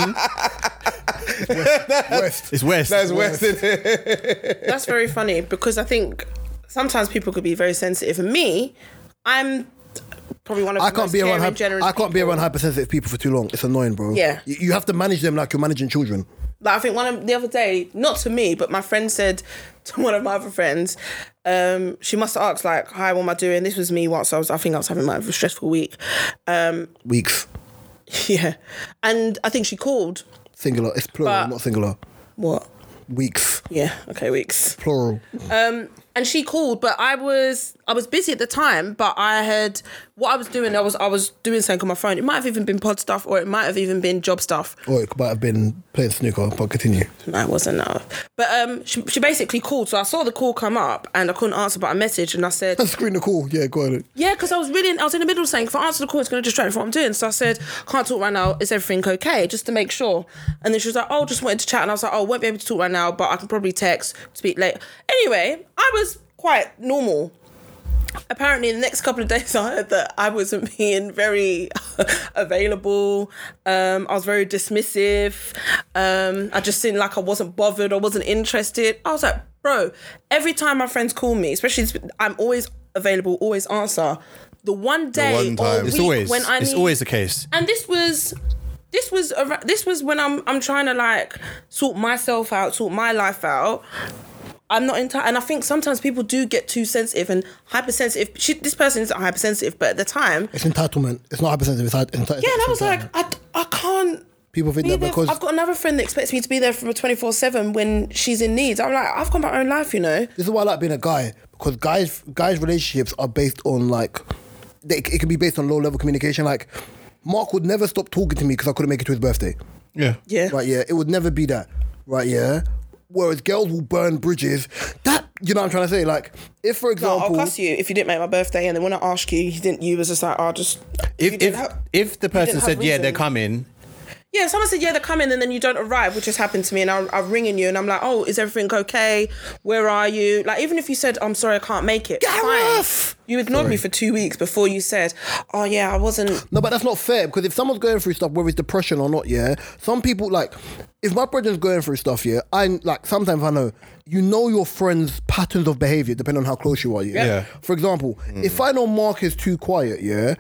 Speaker 1: West.
Speaker 3: it's West.
Speaker 2: That's West, is
Speaker 4: that's very funny because I think sometimes people could be very sensitive. And me, I'm probably one of
Speaker 1: I
Speaker 4: the
Speaker 1: can't
Speaker 4: most
Speaker 1: be around.
Speaker 4: caring,
Speaker 1: Hyper,
Speaker 4: generous
Speaker 1: I can't be
Speaker 4: people.
Speaker 1: around hypersensitive people for too long. It's annoying, bro.
Speaker 4: Yeah.
Speaker 1: You, you have to manage them like you're managing children.
Speaker 4: Like I think one of the other day, not to me, but my friend said to one of my other friends, um, she must have asked like, "Hi, what am I doing?" This was me once I was, I think I was having like a stressful week. Um,
Speaker 1: Weeks.
Speaker 4: yeah, and I think she called.
Speaker 1: Singular. It's plural,
Speaker 4: But-
Speaker 1: not singular.
Speaker 4: What?
Speaker 1: Weeks.
Speaker 4: Yeah. Okay. Weeks.
Speaker 1: Plural.
Speaker 4: and she called, but I was I was busy at the time. But I had what I was doing. I was I was doing something on my phone. It might have even been pod stuff, or it might have even been job stuff.
Speaker 1: Or it might have been playing snooker, but continue.
Speaker 4: No, it wasn't no. But um, she, she basically called. So I saw the call come up, and I couldn't answer, but I messaged and I said,
Speaker 1: Let's screen the call. Yeah, go on.
Speaker 4: Yeah, because I was really, I was in the middle of saying, if I answer the call, it's going to distract me from what I'm doing. So I said, can't talk right now. Is everything okay? Just to make sure. And then she was like, oh, just wanted to chat. And I was like, oh, won't be able to talk right now, but I can probably text, speak later. Anyway, I was quite normal. Apparently, in the next couple of days, I heard that I wasn't being very available. Um, I was very dismissive. Um, I just seemed like I wasn't bothered. I wasn't interested. I was like, bro, every time my friends call me, especially I'm always available, always answer. The one day
Speaker 2: one
Speaker 4: or
Speaker 2: time.
Speaker 4: week
Speaker 2: It's
Speaker 3: It's always
Speaker 4: when I
Speaker 3: it's
Speaker 4: need,
Speaker 3: always the case.
Speaker 4: and this was this was ar- this was when I'm I'm trying to like sort myself out, sort my life out. I'm not into, and I think sometimes people do get too sensitive and hypersensitive. She, this person isn't hypersensitive, but at the time,
Speaker 1: It's entitlement. It's not hypersensitive. It's entitlement.
Speaker 4: yeah, and I was like, I, I can't.
Speaker 1: people think
Speaker 4: be
Speaker 1: that
Speaker 4: there.
Speaker 1: because
Speaker 4: I've got another friend that expects me to be there for 24 7 when she's in need. I'm like, I've got my own life, you know?
Speaker 1: this is why I like being a guy because guys guys relationships are based on like they, it can be based on low level communication. Like Mark would never stop talking to me because I couldn't make it to his birthday.
Speaker 3: Yeah.
Speaker 4: Yeah.
Speaker 1: Right? Yeah, it would never be that. Right? Yeah. Whereas girls will burn bridges. That you know what I'm trying to say. Like if for
Speaker 4: No,
Speaker 1: example,
Speaker 4: I'll cuss you if you didn't make my birthday, and then when I ask you, you didn't. You was just like, I'll just. you
Speaker 3: If
Speaker 4: didn't
Speaker 3: if
Speaker 4: have-
Speaker 3: if the person
Speaker 4: have
Speaker 3: said yeah
Speaker 4: reason.
Speaker 3: they're coming,
Speaker 4: yeah, someone said yeah they're coming, and then you don't arrive, which has happened to me, and I'm, I'm ringing you, and I'm like, oh, is everything okay? Where are you? Like even if you said I'm sorry, I can't make it.
Speaker 1: Gareth!
Speaker 4: You ignored me for two weeks before you said, oh yeah, I wasn't.
Speaker 1: No, but that's not fair because if someone's going through stuff, whether it's depression or not, yeah, some people like if my brother's going through stuff, yeah, I like sometimes I know you know your friend's patterns of behavior depending on how close you are. Yeah.
Speaker 3: Yeah.
Speaker 1: For example, if I know Mark is too quiet, yeah.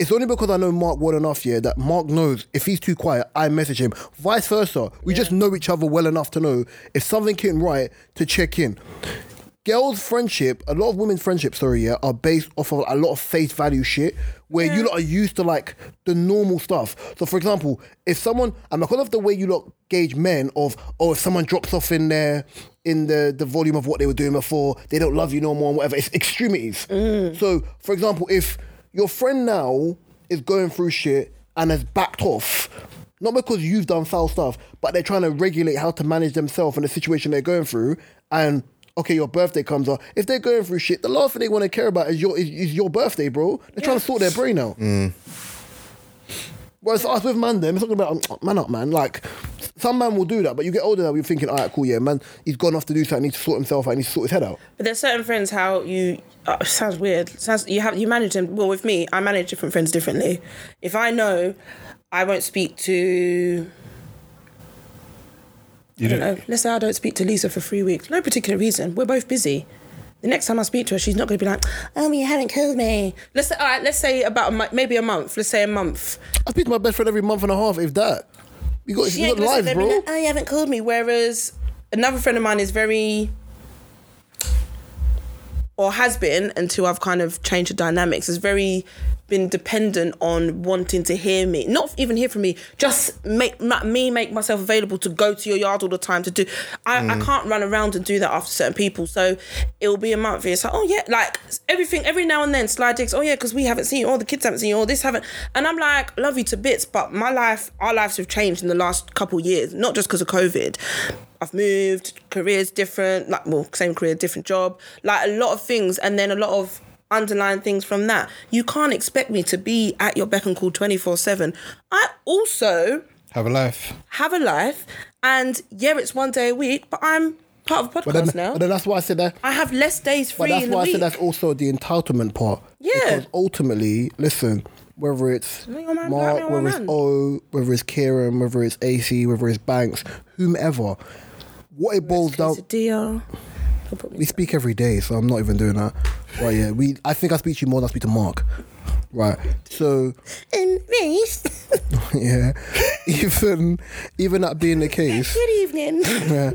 Speaker 1: It's only because I know Mark well enough, yeah, that Mark knows if he's too quiet, I message him. Vice versa. We just know each other well enough to know if something came right to check in girls' friendship, a lot of women's friendships, sorry, yeah, are based off of a lot of faith value shit where you lot are used to like the normal stuff. So, for example, if someone, and because of the way you lot gauge men of, oh, if someone drops off in their in the the volume of what they were doing before, they don't love you no more and whatever. It's extremities. So, for example, if your friend now is going through shit and has backed off, not because you've done foul stuff, but they're trying to regulate how to manage themselves and the situation they're going through. And okay, your birthday comes up. If they're going through shit, the last thing they want to care about is your is, is your birthday, bro. They're trying to sort their brain out. Whereas us with man, them, it's not about "Oh, man up, man. Like some man will do that, but you get older now, you're thinking, all right, cool, yeah, man, he's gone off to do something, he needs to sort himself out, he needs to sort his head out.
Speaker 4: But there's certain friends how you uh, sounds weird. Sounds you have you manage them. Well, with me, I manage different friends differently. If I know, I won't speak to. You I don't know. Let's say I don't speak to Lisa for three weeks. No particular reason. We're both busy. The next time I speak to her, she's not going to be like, "Oh, you haven't called me." Let's say, all right. Let's say about a, mo- maybe a month. Let's say a month.
Speaker 1: I speak to my best friend every month and a half, if that. You got,
Speaker 4: She
Speaker 1: you
Speaker 4: ain't
Speaker 1: got
Speaker 4: gonna sit
Speaker 1: lives,
Speaker 4: there and be
Speaker 1: bro.
Speaker 4: like, oh, you haven't called me. Whereas another friend of mine is very, or has been until I've kind of changed the dynamics, has very been dependent on wanting to hear me, not even hear from me, just make ma- me make myself available to go to your yard all the time to do. I, I can't run around and do that after certain people, so it will be a month. It's like, oh yeah, like everything every now and then slide digs. Oh yeah, because we haven't seen, all the kids haven't seen, all this haven't, and I'm like, love you to bits, but my life, our lives have changed in the last couple years, not just because of COVID. I've moved, career's different, like well, same career, different job, like a lot of things, and then a lot of underlying things from that. You can't expect me to be at your beck and call 24 7. I also
Speaker 3: have a life.
Speaker 4: have a life, and yeah, it's one day a week, but I'm part of a
Speaker 1: But then,
Speaker 4: podcast now.
Speaker 1: but then that's why I said that.
Speaker 4: I have less days
Speaker 1: But
Speaker 4: free
Speaker 1: that's
Speaker 4: in the
Speaker 1: why I
Speaker 4: week.
Speaker 1: said that's also the entitlement part.
Speaker 4: Yeah.
Speaker 1: Because ultimately, listen, whether it's
Speaker 4: Let your man
Speaker 1: Mark,
Speaker 4: black man,
Speaker 1: whether
Speaker 4: white
Speaker 1: it's
Speaker 4: man.
Speaker 1: O, whether it's Kieran, whether it's AC, whether it's Banks, whomever, what it boils down
Speaker 4: Quesadilla. Don't put me
Speaker 1: we speak every day, so I'm not even doing that. Right, yeah. We I think I speak to you more than I speak to Mark. Right. So
Speaker 4: in race.
Speaker 1: yeah. Even even that being the case.
Speaker 4: Good evening.
Speaker 1: Yeah.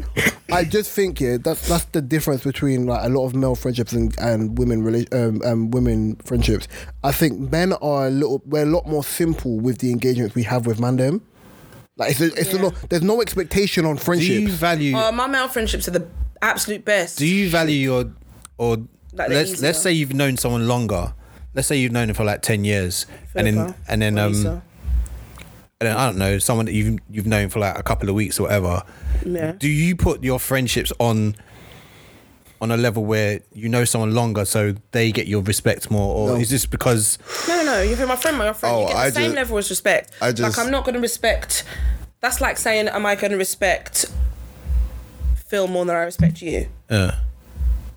Speaker 1: I just think yeah, that's that's the difference between like a lot of male friendships and and women rela- um, um women friendships. I think men are a little we're a lot more simple with the engagements we have with mandem. Like it's a, it's a lot. There's no expectation on
Speaker 3: Do you
Speaker 1: friendships.
Speaker 3: value
Speaker 4: Uh, my male friendships are the absolute best.
Speaker 3: do you value your or
Speaker 4: Like the
Speaker 3: let's
Speaker 4: easier.
Speaker 3: let's say you've known someone longer. Let's say you've known him for like ten years, and then
Speaker 4: Philippa
Speaker 3: and then
Speaker 4: or
Speaker 3: um
Speaker 4: Lisa.
Speaker 3: and then I don't know someone that you've you've known for like a couple of weeks or whatever.
Speaker 4: Yeah.
Speaker 3: Do you put your friendships on? On a level where you know someone longer, so they get your respect more, or
Speaker 1: No.
Speaker 3: is this because
Speaker 4: No, no, no. You're my friend, my friend.
Speaker 2: Oh,
Speaker 4: you get the
Speaker 2: I
Speaker 4: same
Speaker 2: ju-
Speaker 4: level as respect.
Speaker 2: I just-
Speaker 4: like I'm not going to respect. That's like saying, am I going to respect Phil more than I respect you?
Speaker 3: uh,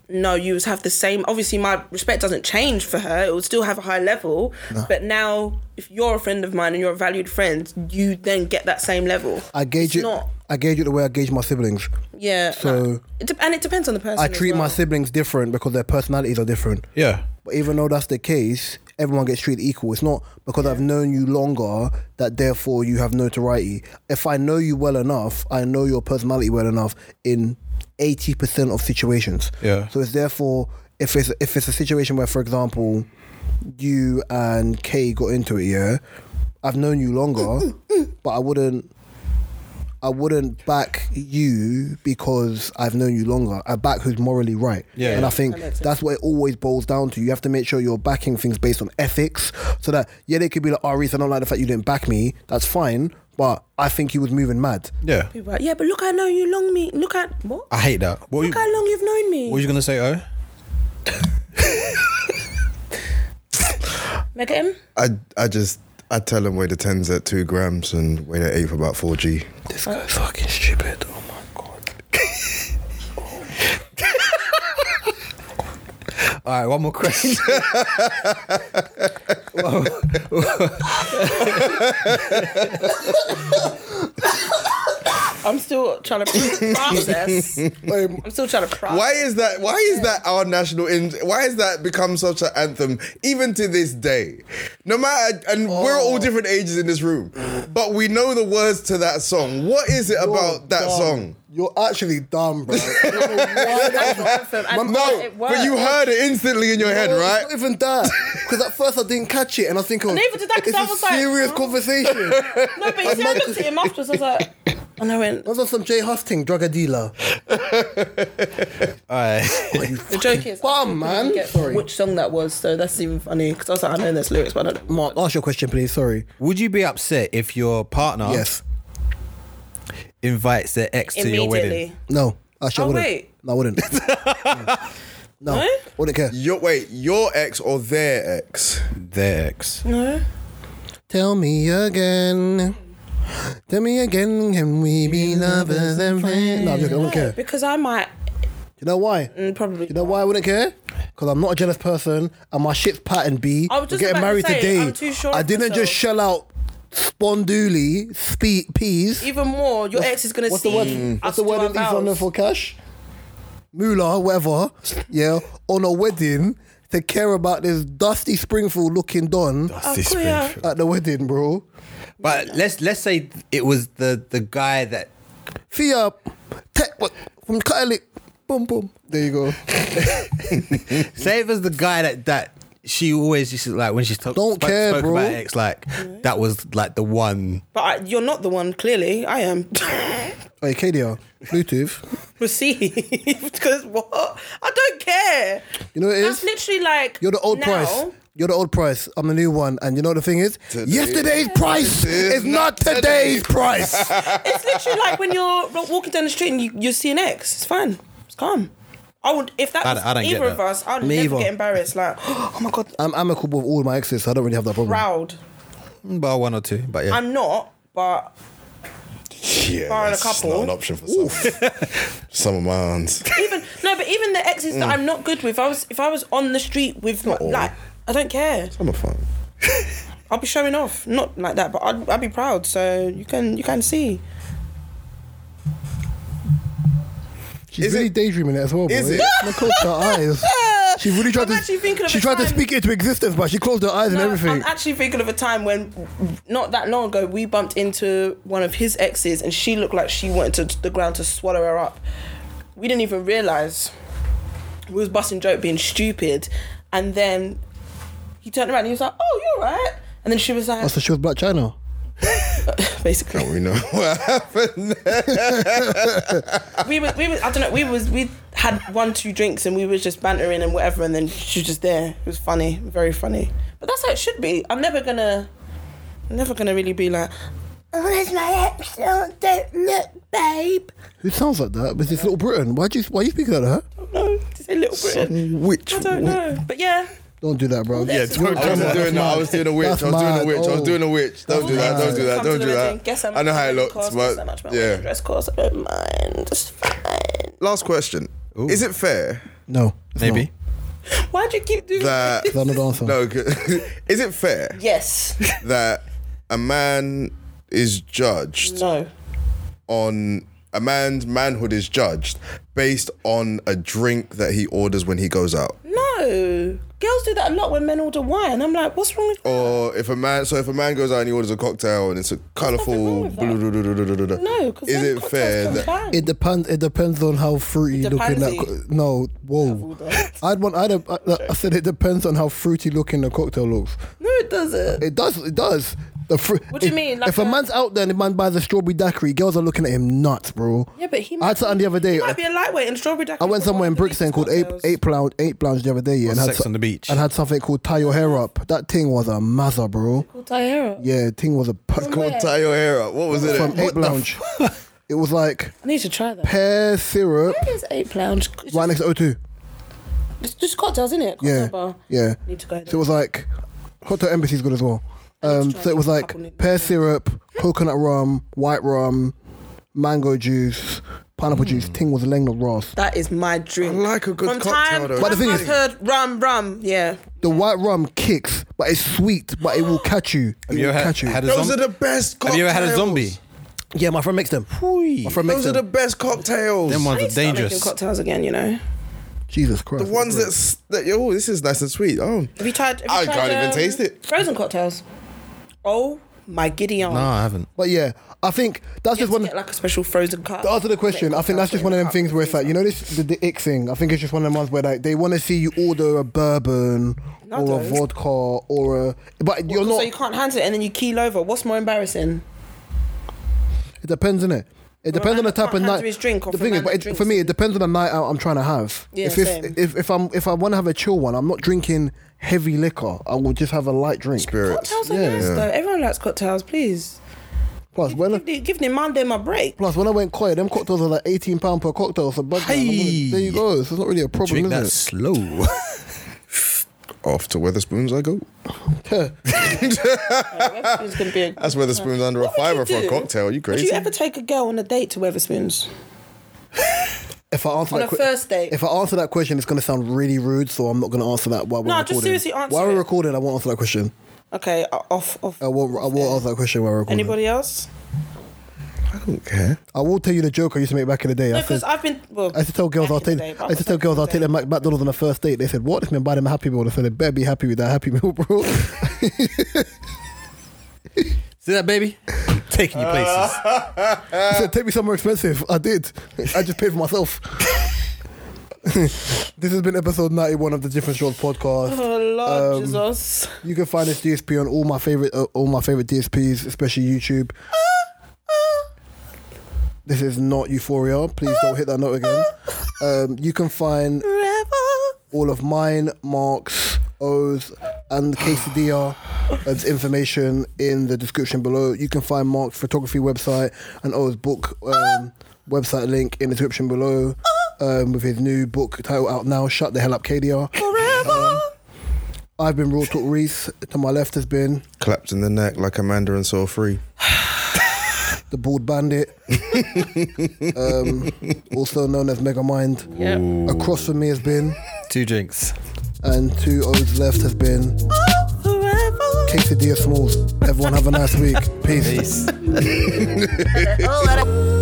Speaker 4: No, you would have the same. Obviously, my respect doesn't change for her. It would still have a high level. But now, if you're a friend of mine and you're a valued friend, you then get that same level.
Speaker 1: I gauge
Speaker 4: It's
Speaker 1: it.
Speaker 4: Not,
Speaker 1: I gauge it the way I gauge my siblings.
Speaker 4: yeah.
Speaker 1: So-
Speaker 4: it de- and it depends on the person.
Speaker 1: I
Speaker 4: as
Speaker 1: treat my
Speaker 4: well.
Speaker 1: siblings different because their personalities are different.
Speaker 3: yeah,
Speaker 1: But even though that's the case, everyone gets treated equal. It's not because I've known you longer that therefore you have notoriety. If I know you well enough, I know your personality well enough in eighty percent of situations.
Speaker 3: Yeah.
Speaker 1: So it's therefore if it's if it's a situation where, for example, you and Kay got into it, yeah, I've known you longer, but I wouldn't. I wouldn't back you because I've known you longer. I back who's morally right.
Speaker 3: Yeah.
Speaker 1: And I think
Speaker 4: That makes sense.
Speaker 1: that's what it always boils down to. You have to make sure you're backing things based on ethics so that, yeah, they could be like, oh, Reese, I don't like the fact you didn't back me. That's fine. But I think you was moving mad.
Speaker 3: yeah.
Speaker 4: People are like, yeah, but look, I know you long me. Look at what?
Speaker 3: I hate that. What
Speaker 4: Look
Speaker 3: you,
Speaker 4: how long you've known me.
Speaker 3: what you gonna say? Oh,
Speaker 4: Meg him.
Speaker 2: I I just I tell him weigh the tens at two grams and weigh the eight for about four G.
Speaker 1: This guy's fucking stupid. Oh my God.
Speaker 3: all right. One more question.
Speaker 4: I'm still trying to process.
Speaker 1: Um,
Speaker 4: I'm still trying to process.
Speaker 2: Why is that? Why is that our national? In, why has that become such an anthem even to this day? No matter, and we're all different ages in this room, but we know the words to that song. What is it about that
Speaker 1: dumb.
Speaker 2: song?
Speaker 1: You're actually dumb, bro. I don't know why that-
Speaker 4: And
Speaker 2: No,
Speaker 4: it worked.
Speaker 2: but you heard it instantly in your head,
Speaker 1: No,
Speaker 2: right?
Speaker 1: It's not even that. Because at first I didn't catch it and I think, oh,
Speaker 4: neither did I, 'cause
Speaker 1: it's
Speaker 4: I
Speaker 1: a
Speaker 4: was like,
Speaker 1: serious
Speaker 4: oh.
Speaker 1: conversation.
Speaker 4: No, but you see, I looked at him afterwards. I was like, and I went,
Speaker 1: That's on some Jay Huff thing, drug a dealer.
Speaker 3: all right.
Speaker 4: the joke is,
Speaker 1: Bum,
Speaker 4: I didn't
Speaker 1: man.
Speaker 4: get
Speaker 1: Sorry.
Speaker 4: which song that was. So that's even funny because I was like, I know there's lyrics, but I don't. know.
Speaker 1: Mark, ask your question, please. Sorry.
Speaker 3: Would you be upset if your partner
Speaker 1: Yes.
Speaker 3: invites their ex to your
Speaker 4: Immediately,
Speaker 3: wedding?
Speaker 1: No. Actually, I
Speaker 4: Oh,
Speaker 1: wouldn't.
Speaker 4: wait.
Speaker 1: No, I wouldn't. no.
Speaker 4: No?
Speaker 1: Wouldn't care.
Speaker 2: Your wait, your ex or their ex?
Speaker 3: Their ex.
Speaker 4: no,
Speaker 1: Tell me again. Tell me again, can we be lovers and friends? No, I'm joking. I wouldn't care.
Speaker 4: because I might
Speaker 1: You know why?
Speaker 4: mm, probably.
Speaker 1: You know why I wouldn't care? Because I'm not a jealous person and my shit's pattern B.
Speaker 4: I was
Speaker 1: We're
Speaker 4: just
Speaker 1: getting
Speaker 4: about to
Speaker 1: married
Speaker 4: say,
Speaker 1: today.
Speaker 4: I'm too sure
Speaker 1: I
Speaker 4: of
Speaker 1: didn't
Speaker 4: myself.
Speaker 1: just shell out spondooly, spe- peas.
Speaker 4: even more, your ex is gonna
Speaker 1: What's
Speaker 4: see.
Speaker 1: the word?
Speaker 4: us
Speaker 1: What's the
Speaker 4: do
Speaker 1: word
Speaker 4: our
Speaker 1: in East London
Speaker 4: vows.
Speaker 1: for cash? Moolah, whatever. Yeah, on a wedding to care about this dusty Springfield looking don
Speaker 4: Oh, cool, yeah.
Speaker 1: at the wedding, bro.
Speaker 3: But let's let's say it was the the guy that
Speaker 1: Fee up, tech what from Catholic. Boom, boom. There you go.
Speaker 3: say it was the guy that that she always used to like when she's talk,
Speaker 1: Don't
Speaker 3: spoke,
Speaker 1: care,
Speaker 3: spoke
Speaker 1: bro.
Speaker 3: about ex like that was like the one.
Speaker 4: But I, you're not the one. Clearly, I am.
Speaker 1: Hey, KDR, Bluetooth.
Speaker 4: Received because what? I don't care.
Speaker 1: You know what it
Speaker 4: That's
Speaker 1: is?
Speaker 4: literally like
Speaker 1: You're the old
Speaker 4: now,
Speaker 1: price. You're the old price. I'm the new one. And you know what the thing is? Yesterday's price is not today's price.
Speaker 4: It's literally like when you're ro- walking down the street and you, you see an ex. It's fine. It's calm. I would if that
Speaker 3: I
Speaker 4: was
Speaker 3: don't- I don't get
Speaker 4: either of
Speaker 3: that.
Speaker 4: us, I'd
Speaker 1: Me
Speaker 4: never
Speaker 1: either.
Speaker 4: get embarrassed. Like, oh my god,
Speaker 1: I'm amicable with all my exes, so I don't really have that problem.
Speaker 4: proud.
Speaker 3: Well, one or two, but yeah.
Speaker 4: I'm not, but
Speaker 2: Yeah,
Speaker 4: Barring a
Speaker 2: that's
Speaker 4: couple.
Speaker 2: not an option for some. some of my aunts.
Speaker 4: even no, but even the exes
Speaker 1: Mm.
Speaker 4: that I'm not good with, I was if I was on the street with my,
Speaker 2: all.
Speaker 4: like, I don't care.
Speaker 2: I'm a fan.
Speaker 4: I'll be showing off, not like that, but I'd, I'd be proud. So you can you can see.
Speaker 1: She's
Speaker 2: Is
Speaker 1: really
Speaker 2: it-
Speaker 1: daydreaming it as well, boy.
Speaker 2: Is it?
Speaker 1: And I closed her eyes. She really tried
Speaker 4: I'm
Speaker 1: to.
Speaker 4: actually thinking of
Speaker 1: she
Speaker 4: a
Speaker 1: tried to
Speaker 4: time-
Speaker 1: speak it to existence, but she closed her eyes and
Speaker 4: No,
Speaker 1: everything.
Speaker 4: I'm actually thinking of a time when, not that long ago, we bumped into one of his exes, and she looked like she wanted to, the ground to swallow her up. We didn't even realize we was busting joke, being stupid, and then he turned around and he was like, "Oh, you're right," and then she was like,
Speaker 1: so she was Black China.
Speaker 4: basically,
Speaker 2: We know what happened.
Speaker 4: we were, we were, I don't know, we was, we had one, two drinks and we were just bantering and whatever, and then she was just there. It was funny, very funny. But that's how it should be. I'm never gonna, I'm never gonna really be like, oh, there's my ex, oh, don't look, babe.
Speaker 1: Who sounds like that? But it's Little Britain. Why do you why you speaking like that?
Speaker 4: No, just a little bit.
Speaker 1: Witch.
Speaker 4: I don't know. But yeah,
Speaker 1: Don't do that, bro.
Speaker 4: Yeah, don't
Speaker 2: I wasn't doing that. I was doing a witch. I was doing a witch. I was doing a witch. Don't do that. Don't do that.
Speaker 4: Oh. come to
Speaker 2: Don't
Speaker 4: the
Speaker 2: do
Speaker 4: wedding, Guess
Speaker 2: that.
Speaker 4: I'm
Speaker 2: I know how it looks,
Speaker 4: course, not so much
Speaker 2: but
Speaker 4: about yeah.
Speaker 2: yeah.
Speaker 4: dress course. I don't mind. It's fine.
Speaker 2: Last question: Is it fair
Speaker 1: No, it's not.
Speaker 3: Maybe.
Speaker 4: Why do you keep doing
Speaker 2: that?
Speaker 1: That's not the answer.
Speaker 2: No, 'cause- is it fair
Speaker 4: Yes.
Speaker 2: that a man is judged
Speaker 4: No.
Speaker 2: on a man's manhood is judged based on a drink that he orders when he goes out?
Speaker 4: No. Girls do that a lot when men order wine. I'm like, what's wrong with
Speaker 1: Oh,
Speaker 4: that?
Speaker 2: Or if a man, so if a man goes out and he orders a cocktail and it's a
Speaker 4: wrong
Speaker 2: colourful,
Speaker 4: with that. No, because
Speaker 2: is it fair that?
Speaker 1: It depends. It depends on how fruity
Speaker 4: It
Speaker 1: looking that.
Speaker 4: depends-y.
Speaker 1: co- No, whoa. I'd want. I'd. have- I, I said it depends on how fruity looking the cocktail looks.
Speaker 4: No, it doesn't.
Speaker 1: It does. It does. The fru-
Speaker 4: What do you
Speaker 1: if-
Speaker 4: mean? Like
Speaker 1: if a,
Speaker 4: a-
Speaker 1: man's out there and the man buys a strawberry daiquiri, girls are looking at him nuts, bro.
Speaker 4: yeah, but he might,
Speaker 1: I had something the other day.
Speaker 4: he might be a lightweight and strawberry daiquiri.
Speaker 1: I went
Speaker 4: is
Speaker 1: somewhere in
Speaker 4: one of the
Speaker 1: Brixton called
Speaker 4: least
Speaker 1: Ape
Speaker 4: cocktails.
Speaker 1: Ape Lounge Ape Lounge the other day, yeah, and had
Speaker 3: Sex on the beach.
Speaker 1: and had something called tie your hair up. That thing was a mazza, bro.
Speaker 4: Called Diarra.
Speaker 1: Yeah, thing was a. P-
Speaker 2: Go on, tie your hair up. What was it?
Speaker 1: from Ape
Speaker 2: What the
Speaker 1: Lounge. it was like
Speaker 4: I need to try that.
Speaker 1: pear syrup
Speaker 4: Where is Ape Lounge? It's
Speaker 1: right next to O2.
Speaker 4: just, it's just cocktails, isn't it? Cocktail
Speaker 1: Yeah,
Speaker 4: bar.
Speaker 1: yeah.
Speaker 4: Need to go there.
Speaker 1: So it was like Cocktail Embassy's good as well. Um, so it was like pear syrup, coconut rum, white rum, mango juice, pineapple juice.
Speaker 4: Mm.
Speaker 1: Ting was a length of Ross.
Speaker 4: That is my drink.
Speaker 2: I like a good
Speaker 4: From
Speaker 2: cocktail,
Speaker 4: time,
Speaker 2: though.
Speaker 1: But the
Speaker 4: time
Speaker 1: thing
Speaker 4: I've
Speaker 1: is-
Speaker 4: heard rum, rum. Yeah.
Speaker 1: The white rum kicks, but it's sweet, but it will catch you. It
Speaker 3: Have you
Speaker 1: will
Speaker 3: ever had,
Speaker 1: catch you.
Speaker 3: had a
Speaker 2: Those
Speaker 3: zombie?
Speaker 2: are the best.
Speaker 3: Have you ever had a
Speaker 2: cocktails.
Speaker 3: zombie?
Speaker 1: yeah, my friend makes them. My friend makes
Speaker 2: Those are
Speaker 1: them.
Speaker 2: the best cocktails.
Speaker 3: Them ones
Speaker 4: I
Speaker 3: are
Speaker 4: need to start making
Speaker 3: dangerous.
Speaker 4: cocktails again, you know.
Speaker 1: Jesus Christ.
Speaker 2: The ones
Speaker 1: bro.
Speaker 2: that's, that oh, this is nice and sweet. Oh,
Speaker 4: Have you tried? Have you
Speaker 2: I
Speaker 4: tried,
Speaker 2: can't even
Speaker 4: um,
Speaker 2: taste it.
Speaker 4: Frozen cocktails. Oh my giddy aunt.
Speaker 3: No, I haven't.
Speaker 1: But yeah, I think that's just
Speaker 4: Just
Speaker 1: one.
Speaker 4: get like a special frozen cup.
Speaker 1: To answer the question, I think that's just one of them
Speaker 4: Cup.
Speaker 1: things where it's like, you know, this the, the ick thing. I think it's just one of them ones where like they want to see you order a bourbon
Speaker 4: No,
Speaker 1: or a
Speaker 4: don't.
Speaker 1: vodka or a, but you're
Speaker 4: so
Speaker 1: not.
Speaker 4: you can't handle it and then you keel over. What's more embarrassing?
Speaker 1: it depends, innit? It depends on the
Speaker 4: man
Speaker 1: type of
Speaker 4: can't
Speaker 1: night.
Speaker 4: handle his drink or
Speaker 1: the
Speaker 4: if a
Speaker 1: thing is,
Speaker 4: man
Speaker 1: but it,
Speaker 4: drinks
Speaker 1: for me,
Speaker 4: it.
Speaker 1: it depends on the night out I'm trying to have.
Speaker 4: Yeah,
Speaker 1: if, it's-
Speaker 4: same.
Speaker 1: if if I'm if I want to have a chill one, I'm not drinking heavy liquor. I will just have a light drink.
Speaker 2: spirits.
Speaker 4: Cocktails are
Speaker 1: Yeah.
Speaker 4: nice though. Everyone likes cocktails, please.
Speaker 1: Plus, when I,
Speaker 4: Give the, give the man them a break.
Speaker 1: plus when I went quiet, them cocktails are like 18 pound per cocktail. So, bud, man, I'm gonna-
Speaker 3: Hey.
Speaker 1: there you go. So it's not really a problem,
Speaker 3: Drink
Speaker 1: is
Speaker 3: that
Speaker 1: it?
Speaker 3: slow.
Speaker 2: Off to Weatherspoons I go.
Speaker 4: It's gonna be a-
Speaker 2: That's Weatherspoons under a
Speaker 4: What would you
Speaker 2: fiver for a
Speaker 4: do?
Speaker 2: cocktail. You
Speaker 4: Would
Speaker 2: crazy?
Speaker 4: you ever take a girl on a date to Weatherspoons?
Speaker 1: If I answer
Speaker 4: On
Speaker 1: that
Speaker 4: a
Speaker 1: que-
Speaker 4: first date.
Speaker 1: if I answer that question, it's gonna sound really rude, so I'm not gonna answer that while we're
Speaker 4: No, just
Speaker 1: recording.
Speaker 4: seriously answer
Speaker 1: while we're
Speaker 4: it.
Speaker 1: recording, I won't answer that question.
Speaker 4: Okay, o- off off.
Speaker 1: I won't. I won't answer that question while we're recording.
Speaker 4: Anybody else?
Speaker 2: I don't care.
Speaker 1: I will tell you the joke I used to make back in the day. I,
Speaker 4: Because
Speaker 1: said,
Speaker 4: I've been. Well,
Speaker 1: I used to tell girls
Speaker 4: back
Speaker 1: I'll
Speaker 4: in the
Speaker 1: take.
Speaker 4: day, but
Speaker 1: I used to tell
Speaker 4: back in
Speaker 1: girls
Speaker 4: the
Speaker 1: I'll take
Speaker 4: day.
Speaker 1: them Mac- McDonald's on a first date. They said, "What?" This man buy them a happy meal. I said, "They better be happy with that happy meal, bro."
Speaker 3: See that, baby? Taking you places.
Speaker 1: I said, "Take me somewhere expensive." I did. I just paid for myself. this has been episode ninety-one of the Different Shorts podcast.
Speaker 4: Oh Lord
Speaker 1: Um,
Speaker 4: Jesus!
Speaker 1: You can find this DSP on all my favorite uh, all my favorite DSPs, especially YouTube. This is not Euphoria. Please don't hit that note again. Um, you can find all of mine, Mark's, O's, and Quesadilla as information in the description below. You can find Mark's photography website and O's book um, website link in the description below um, with his new book title out now, Shut the Hell Up, KDR. I've been Real Talk Reese. To my left has been
Speaker 2: Clapped in the neck like Amanda and Soul Free.
Speaker 1: the Bald Bandit, um, also known as Mega Mind. Across from me has been,
Speaker 3: Two drinks.
Speaker 1: and two O's left has been Quesadilla Smalls. Everyone have a nice week. Peace.
Speaker 3: Peace.
Speaker 4: Oh,